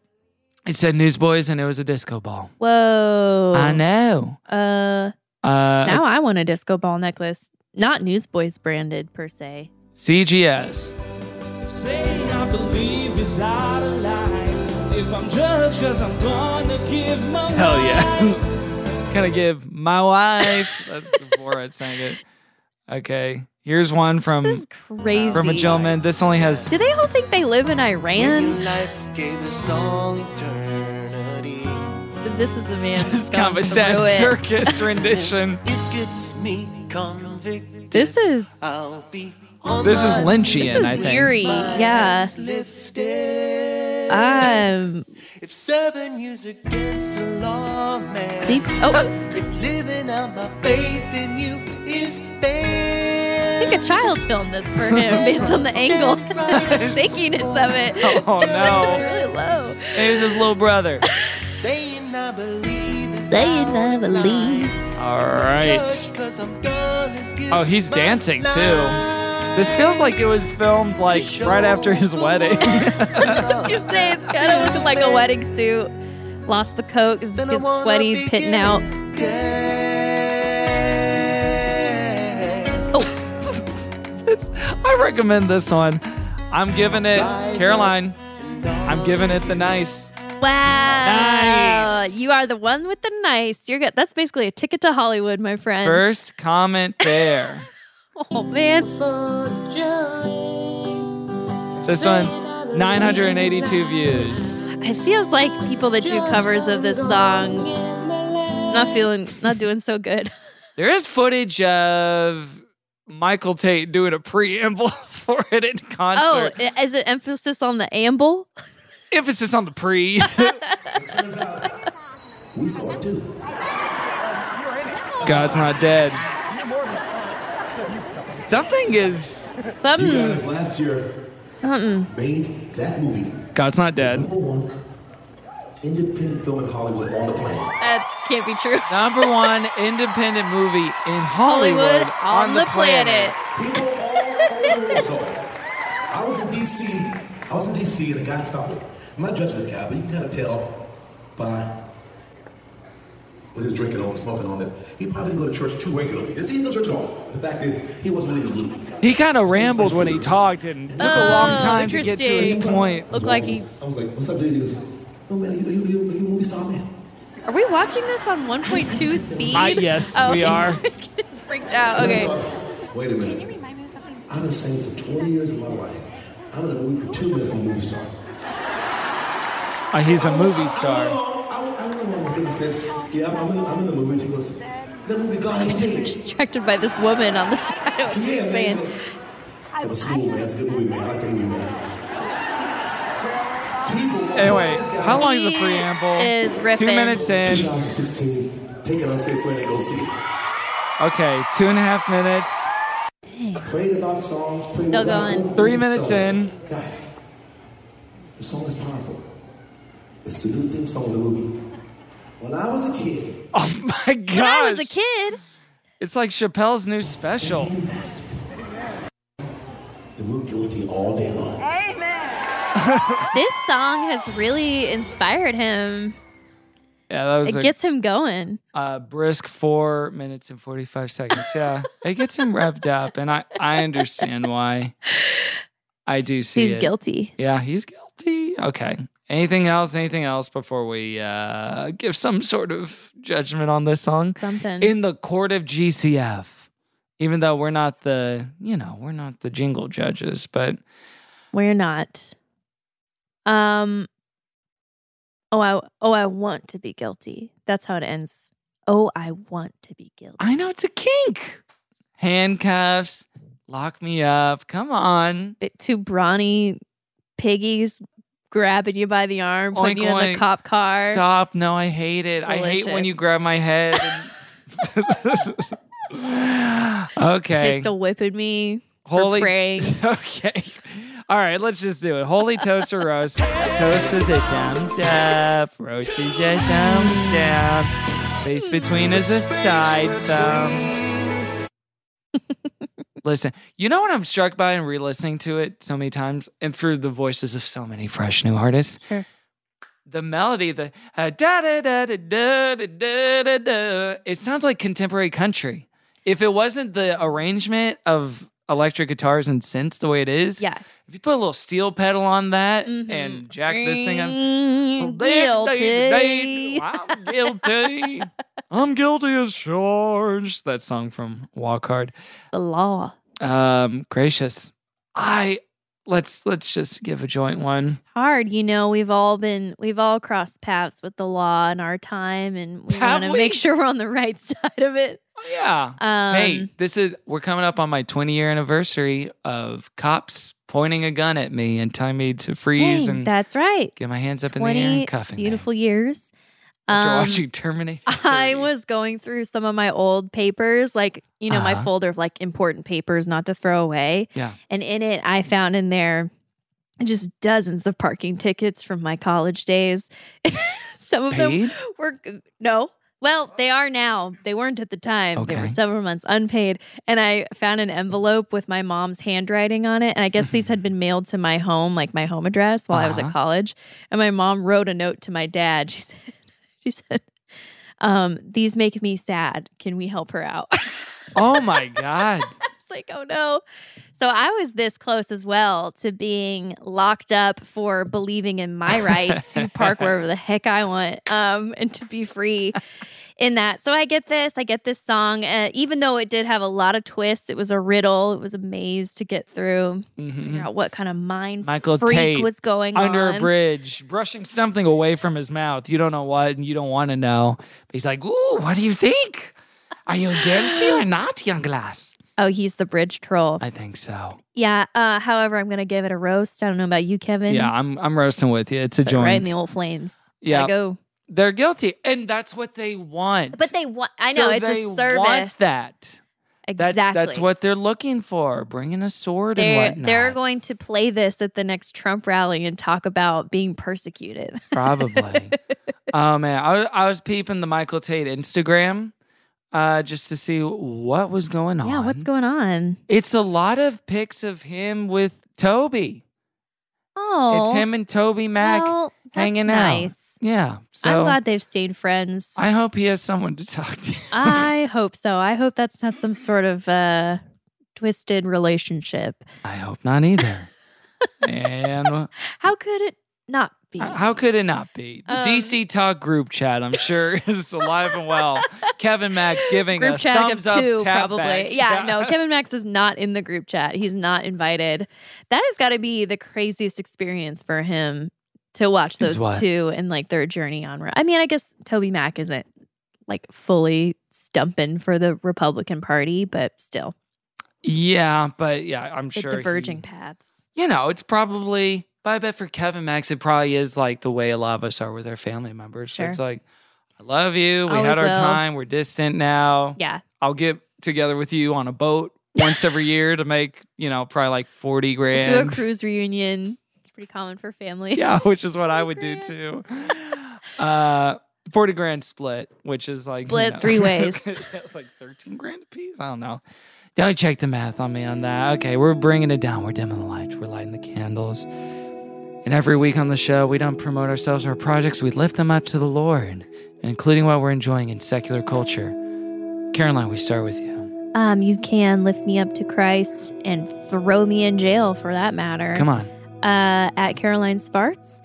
Speaker 7: It said Newsboys and it was a disco ball.
Speaker 2: Whoa.
Speaker 7: I know.
Speaker 2: Uh,
Speaker 7: Uh,
Speaker 2: now I want a disco ball necklace, not Newsboys branded per se.
Speaker 7: CGS.
Speaker 3: Saying I believe is out of line. If I'm judged, cause I'm gonna give my
Speaker 7: Hell
Speaker 3: life.
Speaker 7: yeah. Gonna give my wife. That's the Borat sang it. Okay. Here's one from
Speaker 2: This is crazy.
Speaker 7: from a gentleman. This only has
Speaker 2: Do they all think they live in Iran?
Speaker 3: Life gave us all eternity.
Speaker 2: This is a man. who's
Speaker 7: this kind of a
Speaker 2: gone
Speaker 7: sad
Speaker 2: through it.
Speaker 7: circus rendition.
Speaker 3: It gets me convicted.
Speaker 2: This is
Speaker 3: I'll be on
Speaker 7: This is
Speaker 3: my
Speaker 7: Lynchian,
Speaker 2: this
Speaker 7: I
Speaker 2: is
Speaker 7: think.
Speaker 2: eerie. Yeah.
Speaker 3: knees lifted.
Speaker 2: Um.
Speaker 3: If seven years against the law, man.
Speaker 2: See? Oh,
Speaker 3: If living out my faith in you is
Speaker 2: I
Speaker 3: bad.
Speaker 2: think a child filmed this for him based on the angle, the shakiness of it.
Speaker 7: Oh, no.
Speaker 2: it's really low.
Speaker 7: It was his little brother.
Speaker 3: Saying I believe is
Speaker 2: Saying
Speaker 3: out
Speaker 2: I
Speaker 3: of
Speaker 2: believe.
Speaker 3: line.
Speaker 7: All right.
Speaker 3: Judge, 'cause I'm gonna give
Speaker 7: Oh, he's
Speaker 3: my
Speaker 7: dancing, too.
Speaker 3: life
Speaker 7: This feels like it was filmed like
Speaker 3: to
Speaker 7: right after his
Speaker 3: show the
Speaker 7: wedding.
Speaker 3: world.
Speaker 2: Just say it's kind of looking like a wedding suit. Lost the coat, is
Speaker 3: Then
Speaker 2: just
Speaker 3: I
Speaker 2: getting
Speaker 3: wanna
Speaker 2: sweaty, pitting
Speaker 3: begin
Speaker 2: out.
Speaker 3: again.
Speaker 7: I recommend this one. I'm giving it Caroline. I'm giving it the nice.
Speaker 2: Wow.
Speaker 7: Nice.
Speaker 2: You are the one with the nice. You're good. That's basically a ticket to Hollywood, my friend.
Speaker 7: First comment there.
Speaker 2: Oh man.
Speaker 7: This one, 982 views.
Speaker 2: It feels like people that do covers of this song not feeling not doing so good.
Speaker 7: There is footage of Michael Tate doing a preamble for it in
Speaker 2: Oh,
Speaker 7: concert.
Speaker 2: i- is it emphasis on the amble?
Speaker 7: Emphasis on the pre.
Speaker 9: We saw it too.
Speaker 7: God's not dead. Something is.
Speaker 2: Something
Speaker 9: Last year,
Speaker 2: something.
Speaker 9: made that movie
Speaker 7: God's not dead.
Speaker 9: one independent film in Hollywood on the planet.
Speaker 2: That can't be true.
Speaker 7: Number one independent movie in Hollywood,
Speaker 2: Hollywood on, the, planet.
Speaker 9: People all over the world saw it. I was in DC. I was in DC and a guy stopped me. I'm not judging this guy, but you can kind of tell by what he was drinking on, smoking on, that he probably didn't go to church too regularly. Does he didn't go to church at all? The fact is, he wasn't really a Luke.
Speaker 7: He kind of rambled when he talked and took a long time to get to his
Speaker 2: Oh, interesting.
Speaker 7: point.
Speaker 2: Look like he.
Speaker 9: I was like, what's up, dude? He goes, no, man, you, you, you, you a movie star, man.
Speaker 2: Are we watching this on 1.2 speed?
Speaker 7: I- yes, we are.
Speaker 2: I was getting freaked out.
Speaker 9: I
Speaker 2: Okay.
Speaker 9: thought, Wait a minute. Can you remind me of something? I've been singing for 20 years of my life. I'm in a movie for two minutes from a movie star.
Speaker 7: Uh, he's a movie star.
Speaker 9: I, I, I don't know what people says. Yeah, I'm, I'm, in, I'm in the movie. She goes, that movie God ain't seen. it."
Speaker 2: Distracted by this woman on the side. What she's
Speaker 9: Yeah,
Speaker 2: saying.
Speaker 9: man. It was cool, man. It's a good movie, man. I like the movie, man. People,
Speaker 7: Anyway, how long is the
Speaker 2: He
Speaker 7: preamble?
Speaker 2: is riffing.
Speaker 7: Two minutes in.
Speaker 9: 2016, take an unsafe friend and go see it.
Speaker 7: Okay, two and a half minutes.
Speaker 9: I prayed about songs, prayed
Speaker 2: Still
Speaker 9: about
Speaker 2: going.
Speaker 7: Three minutes in.
Speaker 9: Guys, the song is powerful. It's the new theme song of the movie. When I was a kid,
Speaker 7: Oh my gosh.
Speaker 2: When I was a kid,
Speaker 7: It's like Chappelle's new special.
Speaker 9: they were guilty all day long.
Speaker 2: this song has really inspired him.
Speaker 7: Yeah, that was
Speaker 2: It
Speaker 7: a
Speaker 2: gets him going.
Speaker 7: uh, brisk four minutes and 45 seconds. Yeah, it gets him revved up, and I, I understand why. I do see
Speaker 2: He's
Speaker 7: it.
Speaker 2: guilty.
Speaker 7: Yeah, he's guilty. Okay. Anything else? Anything else before we uh, give some sort of judgment on this song?
Speaker 2: Something.
Speaker 7: In the court of GCF, even though we're not the, you know, we're not the jingle judges, but
Speaker 2: We're not. Um. Oh, I oh I want to be guilty. That's how it ends. Oh, I want to be guilty.
Speaker 7: I know it's a kink. Handcuffs, lock me up. Come on.
Speaker 2: Bit two brawny piggies grabbing you by the arm, putting
Speaker 7: Oink,
Speaker 2: you in
Speaker 7: oink.
Speaker 2: the cop car.
Speaker 7: Stop. No, I hate it. I hate when you
Speaker 2: Delicious.
Speaker 7: grab my head. and- okay.
Speaker 2: Pistol whipping me.
Speaker 7: Holy.
Speaker 2: For praying.
Speaker 7: okay. All right, let's just do it. Holy toaster roast. Toast is a thumbs up. Roast is a thumbs down. Space between is a side thumb. Listen, you know what I'm struck by and re listening to it so many times and through the voices of so many fresh new artists?
Speaker 2: Sure.
Speaker 7: The melody, the uh, da da da da da da da da da, it sounds like contemporary country. If it wasn't the arrangement of electric guitars and synths the way it is,
Speaker 2: Yeah.
Speaker 7: if you put a little steel pedal on that
Speaker 2: Mm-hmm.
Speaker 7: and jack this thing up,
Speaker 2: Guilty.
Speaker 7: I'm guilty. I'm guilty as charged. That song from Walk Hard.
Speaker 2: The law.
Speaker 7: Um, gracious. I let's let's just give a joint one.
Speaker 2: Hard, you know, we've all been we've all crossed paths with the law in our time and we
Speaker 7: Have
Speaker 2: want to
Speaker 7: we?
Speaker 2: make sure we're on the right side of it.
Speaker 7: Oh, Yeah.
Speaker 2: Um
Speaker 7: hey, this is we're coming up on my 20 year anniversary of cops pointing a gun at me and telling me to freeze
Speaker 2: dang,
Speaker 7: and
Speaker 2: that's right.
Speaker 7: get my hands up in the air
Speaker 2: 20
Speaker 7: and cuffing. me.
Speaker 2: beautiful years.
Speaker 7: After
Speaker 2: Um,
Speaker 7: watching Terminator. 30.
Speaker 2: I was going through some of my old papers, like, you know, my
Speaker 7: Uh-huh.
Speaker 2: folder of like important papers not to throw away.
Speaker 7: Yeah.
Speaker 2: And in it, I found in there just dozens of parking tickets from my college days. some of them
Speaker 7: Paid?
Speaker 2: were, no. Well, they are now. They weren't at the time. They
Speaker 7: Okay.
Speaker 2: were several months unpaid. And I found an envelope with my mom's handwriting on it. And I guess these had been mailed to my home, like my home address while I was at
Speaker 7: Mm-hmm. Uh-huh.
Speaker 2: college. And my mom wrote a note to my dad. She said, she said, um, these make me sad. Can we help her out?
Speaker 7: Oh my god.
Speaker 2: It's like, oh no. So I was this close as well to being locked up for believing in my right to park wherever the heck I want um, and to be free in that. So I get this. I get this song. Uh, even though it did have a lot of twists, it was a riddle, it was a maze to get through,
Speaker 7: Mhm.
Speaker 2: figure out what kind of mind
Speaker 7: Michael
Speaker 2: freak
Speaker 7: Tate
Speaker 2: was going
Speaker 7: under
Speaker 2: on.
Speaker 7: a bridge, brushing something away from his mouth. You don't know what, and you don't want to know. But he's like, "Ooh, what do you think? Are you guilty or not, young lass?"
Speaker 2: Oh, he's the bridge troll.
Speaker 7: I think so.
Speaker 2: yeah. Uh, however, I'm going to give it a roast. I don't know about you, Kevin.
Speaker 7: yeah, I'm I'm roasting with you. It's a
Speaker 2: but
Speaker 7: joint.
Speaker 2: right in the old flames.
Speaker 7: Yeah.
Speaker 2: I go.
Speaker 7: They're guilty, and that's what they want.
Speaker 2: But they want. I know
Speaker 7: So
Speaker 2: it's
Speaker 7: they
Speaker 2: a service.
Speaker 7: Want that.
Speaker 2: exactly.
Speaker 7: That's that's what they're looking for. Bringing a sword and
Speaker 2: they're
Speaker 7: whatnot.
Speaker 2: they're going to play this at the next Trump rally and talk about being persecuted.
Speaker 7: Probably. oh man, I was, I was peeping the Michael Tate Instagram uh, just to see what was going on.
Speaker 2: yeah, what's going on?
Speaker 7: It's a lot of pics of him with Toby.
Speaker 2: Oh,
Speaker 7: It's him and Toby Mac
Speaker 2: well, that's
Speaker 7: hanging
Speaker 2: nice.
Speaker 7: out. Yeah. So
Speaker 2: I'm glad they've stayed friends. I,
Speaker 7: I hope he has someone to talk to.
Speaker 2: hope so. I hope that's not some sort of uh, twisted relationship.
Speaker 7: I hope not either. and
Speaker 2: How could it not be?
Speaker 7: how could it not be? The
Speaker 2: Um,
Speaker 7: DC Talk group chat, I'm sure, is alive and well. Kevin Max giving
Speaker 2: group
Speaker 7: a
Speaker 2: chat of
Speaker 7: thumbs up,
Speaker 2: two,
Speaker 7: tap
Speaker 2: probably.
Speaker 7: back.
Speaker 2: Yeah, no, Kevin Max is not in the group chat. He's not invited. That has got to be the craziest experience for him to watch
Speaker 7: Is
Speaker 2: those
Speaker 7: what?
Speaker 2: two and like their journey on. I mean, I guess Toby Mac isn't like fully stumping for the Republican Party, but still,
Speaker 7: Yeah, but yeah, I'm
Speaker 2: the
Speaker 7: sure.
Speaker 2: diverging
Speaker 7: he-
Speaker 2: paths.
Speaker 7: you know, it's probably, but I bet for Kevin Max, it probably is like the way a lot of us are with our family members. So
Speaker 2: Sure.
Speaker 7: It's like, I love you. We
Speaker 2: Always
Speaker 7: had our
Speaker 2: will.
Speaker 7: time. We're distant now.
Speaker 2: Yeah,
Speaker 7: I'll get together with you on a boat once every year to make, you know, probably like 40 grand.
Speaker 2: do a cruise reunion. It's pretty common for families.
Speaker 7: Yeah, which is what I would do
Speaker 2: 40
Speaker 7: too. Uh, 40 grand split, which is like, you
Speaker 2: Split
Speaker 7: know,
Speaker 2: three ways.
Speaker 7: like 13 grand a piece. I don't know. Don't check the math on me on that. Okay, we're bringing it down. We're dimming the lights. We're lighting the candles. And every week on the show, we don't promote ourselves or our projects. We lift them up to the Lord, including what we're enjoying in secular culture. Caroline, we start with you.
Speaker 2: Um, you can lift me up to Christ and throw me in jail for that matter.
Speaker 7: Come on.
Speaker 2: uh, at Caroline Sparts.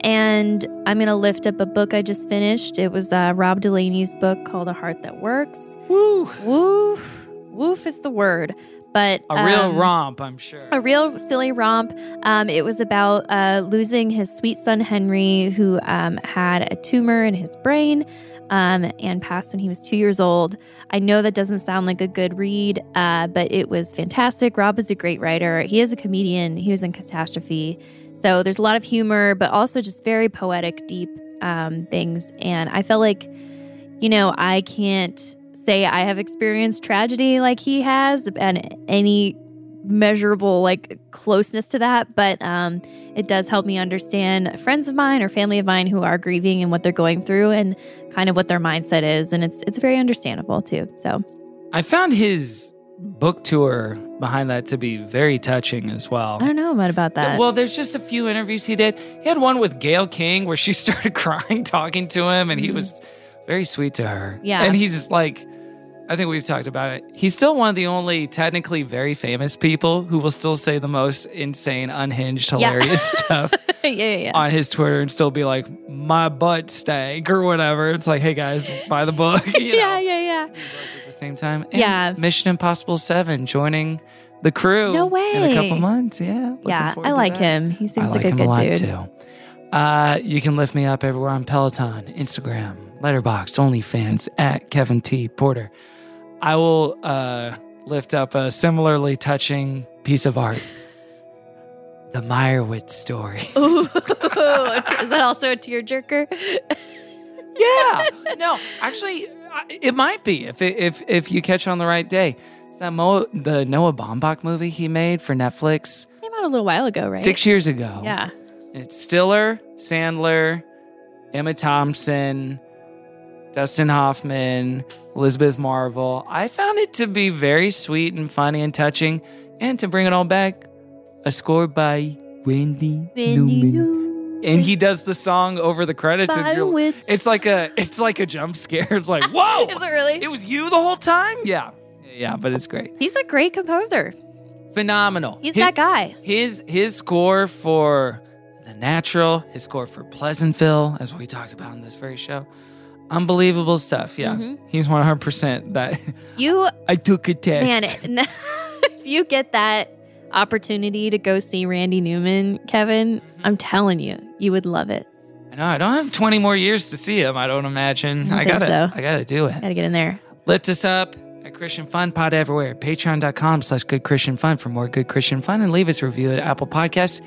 Speaker 2: And I'm going to lift up a book I just finished. It was uh, Rob Delaney's book called A Heart That Works.
Speaker 7: Woo.
Speaker 2: Woof. Woof is the word. But
Speaker 7: A real
Speaker 2: um,
Speaker 7: romp, I'm sure.
Speaker 2: A real silly romp. Um, it was about uh, losing his sweet son Henry, who um, had a tumor in his brain. um, and passed when he was two years old. I know that doesn't sound like a good read, uh, but it was fantastic. Rob is a great writer. He is a comedian. He was in Catastrophe. So there's a lot of humor, but also just very poetic, deep um, things. And I felt like, you know, I can't say I have experienced tragedy like he has and any measurable like closeness to that but um it does help me understand friends of mine or family of mine who are grieving and what they're going through and kind of what their mindset is and it's it's very understandable too so
Speaker 7: I found his book tour behind that to be very touching as well.
Speaker 2: i don't know about, about that
Speaker 7: Well, there's just a few interviews he did. He had one with Gail King where she started crying talking to him, and he was very sweet to her.
Speaker 2: Mm-hmm. Yeah.
Speaker 7: And he's just like, I think we've talked about it. He's still one of the only technically very famous people who will still say the most insane, unhinged,
Speaker 2: Yeah.
Speaker 7: hilarious stuff
Speaker 2: yeah yeah yeah
Speaker 7: on his Twitter and still be like, my butt stank or whatever. It's like, hey guys, buy the book. you know,
Speaker 2: yeah yeah yeah
Speaker 7: At the same time. And
Speaker 2: Yeah.
Speaker 7: Mission Impossible 7 joining the crew
Speaker 2: no
Speaker 7: in
Speaker 2: way
Speaker 7: a couple months. Yeah.
Speaker 2: yeah
Speaker 7: forward
Speaker 2: i
Speaker 7: to
Speaker 2: like
Speaker 7: that.
Speaker 2: him he
Speaker 7: I
Speaker 2: seems
Speaker 7: like
Speaker 2: like a
Speaker 7: him
Speaker 2: good
Speaker 7: a lot
Speaker 2: dude
Speaker 7: too. Uh, you can lift me up everywhere on Peloton, Instagram, Letterboxd, OnlyFans, at Kevin T. Porter. I will uh, lift up a similarly touching piece of art The Meyerowitz story.
Speaker 2: Ooh. is Oh, that also a tearjerker
Speaker 7: yeah no actually I- it might be if it, if if you catch on the right day. It's that Mo- the Noah Baumbach movie he made for Netflix
Speaker 2: came out a little while ago right
Speaker 7: six years ago.
Speaker 2: yeah
Speaker 7: And It's Stiller, Sandler, Emma Thompson, Dustin Hoffman, Elizabeth Marvel. I found it to be very sweet and funny and touching. And to bring it all back, a score by Randy, Newman. And he does the song over the credits.
Speaker 2: By
Speaker 7: And you're,
Speaker 2: Wits.
Speaker 7: it's like a it's like a jump scare. It's like, whoa!
Speaker 2: is it really
Speaker 7: it was you the whole time? Yeah. Yeah, but it's great.
Speaker 2: he's a great composer
Speaker 7: Phenomenal.
Speaker 2: he's
Speaker 7: Hit-
Speaker 2: that guy
Speaker 7: his his score for The Natural, his score for Pleasantville, as we talked about in this very show, unbelievable stuff. Yeah,
Speaker 2: Mhm.
Speaker 7: he's one hundred percent that.
Speaker 2: you
Speaker 7: I took a test.
Speaker 2: Man, it- if you get that opportunity to go see Randy Newman, Kevin, I'm telling you, you would love it.
Speaker 7: I know I don't have twenty more years to see him. I don't imagine.
Speaker 2: don't
Speaker 7: I,
Speaker 2: think
Speaker 7: gotta,
Speaker 2: so.
Speaker 7: I gotta do it.
Speaker 2: Gotta get in there.
Speaker 7: Lift us up at Christian Fun Pod everywhere. Patreon.com slash Good Christian Fun for more Good Christian Fun and leave us a review at Apple Podcasts.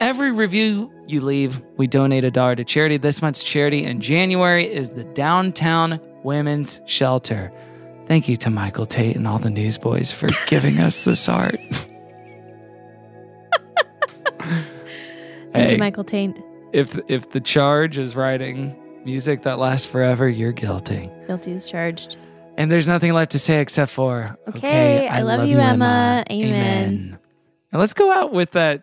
Speaker 7: Every review you leave, we donate a dollar to charity. This month's charity in January is the Downtown Women's Shelter. Thank you to Michael Tate and all the newsboys for giving us this art.
Speaker 2: Thank
Speaker 7: Hey.
Speaker 2: you, Michael Taint.
Speaker 7: If if the charge is writing music that lasts forever, you're guilty.
Speaker 2: Guilty is charged.
Speaker 7: And there's nothing left to say except for
Speaker 2: Okay, I, love, you, Emma. Amen.
Speaker 7: And let's go out with that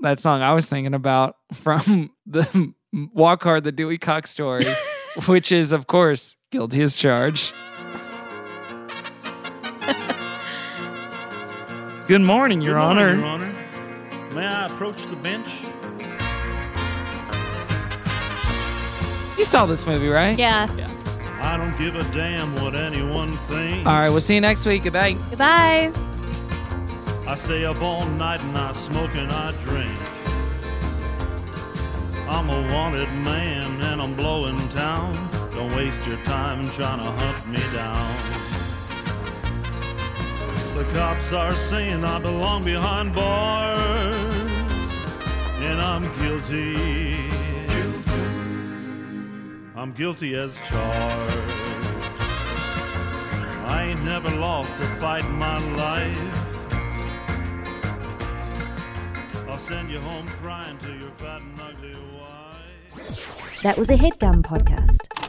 Speaker 7: that song I was thinking about from the Walk Hard, the Dewey Cox story, which is of course guilty as charged. Good morning, Your
Speaker 11: Good morning,
Speaker 7: Honor.
Speaker 11: Your Honor. May I approach the bench?
Speaker 7: You saw this movie, right?
Speaker 2: Yeah.
Speaker 11: I don't give a damn what anyone thinks.
Speaker 7: All right, we'll see you next week. Goodbye.
Speaker 2: Goodbye.
Speaker 11: I stay up all night and I smoke and I drink. I'm a wanted man and I'm blowing town. Don't waste your time trying to hunt me down. The cops are saying I belong behind bars, and I'm guilty. I'm guilty as charged. I ain't never lost a fight in my life. I'll send you home crying to your fat and ugly wife.
Speaker 12: That was a headgum podcast.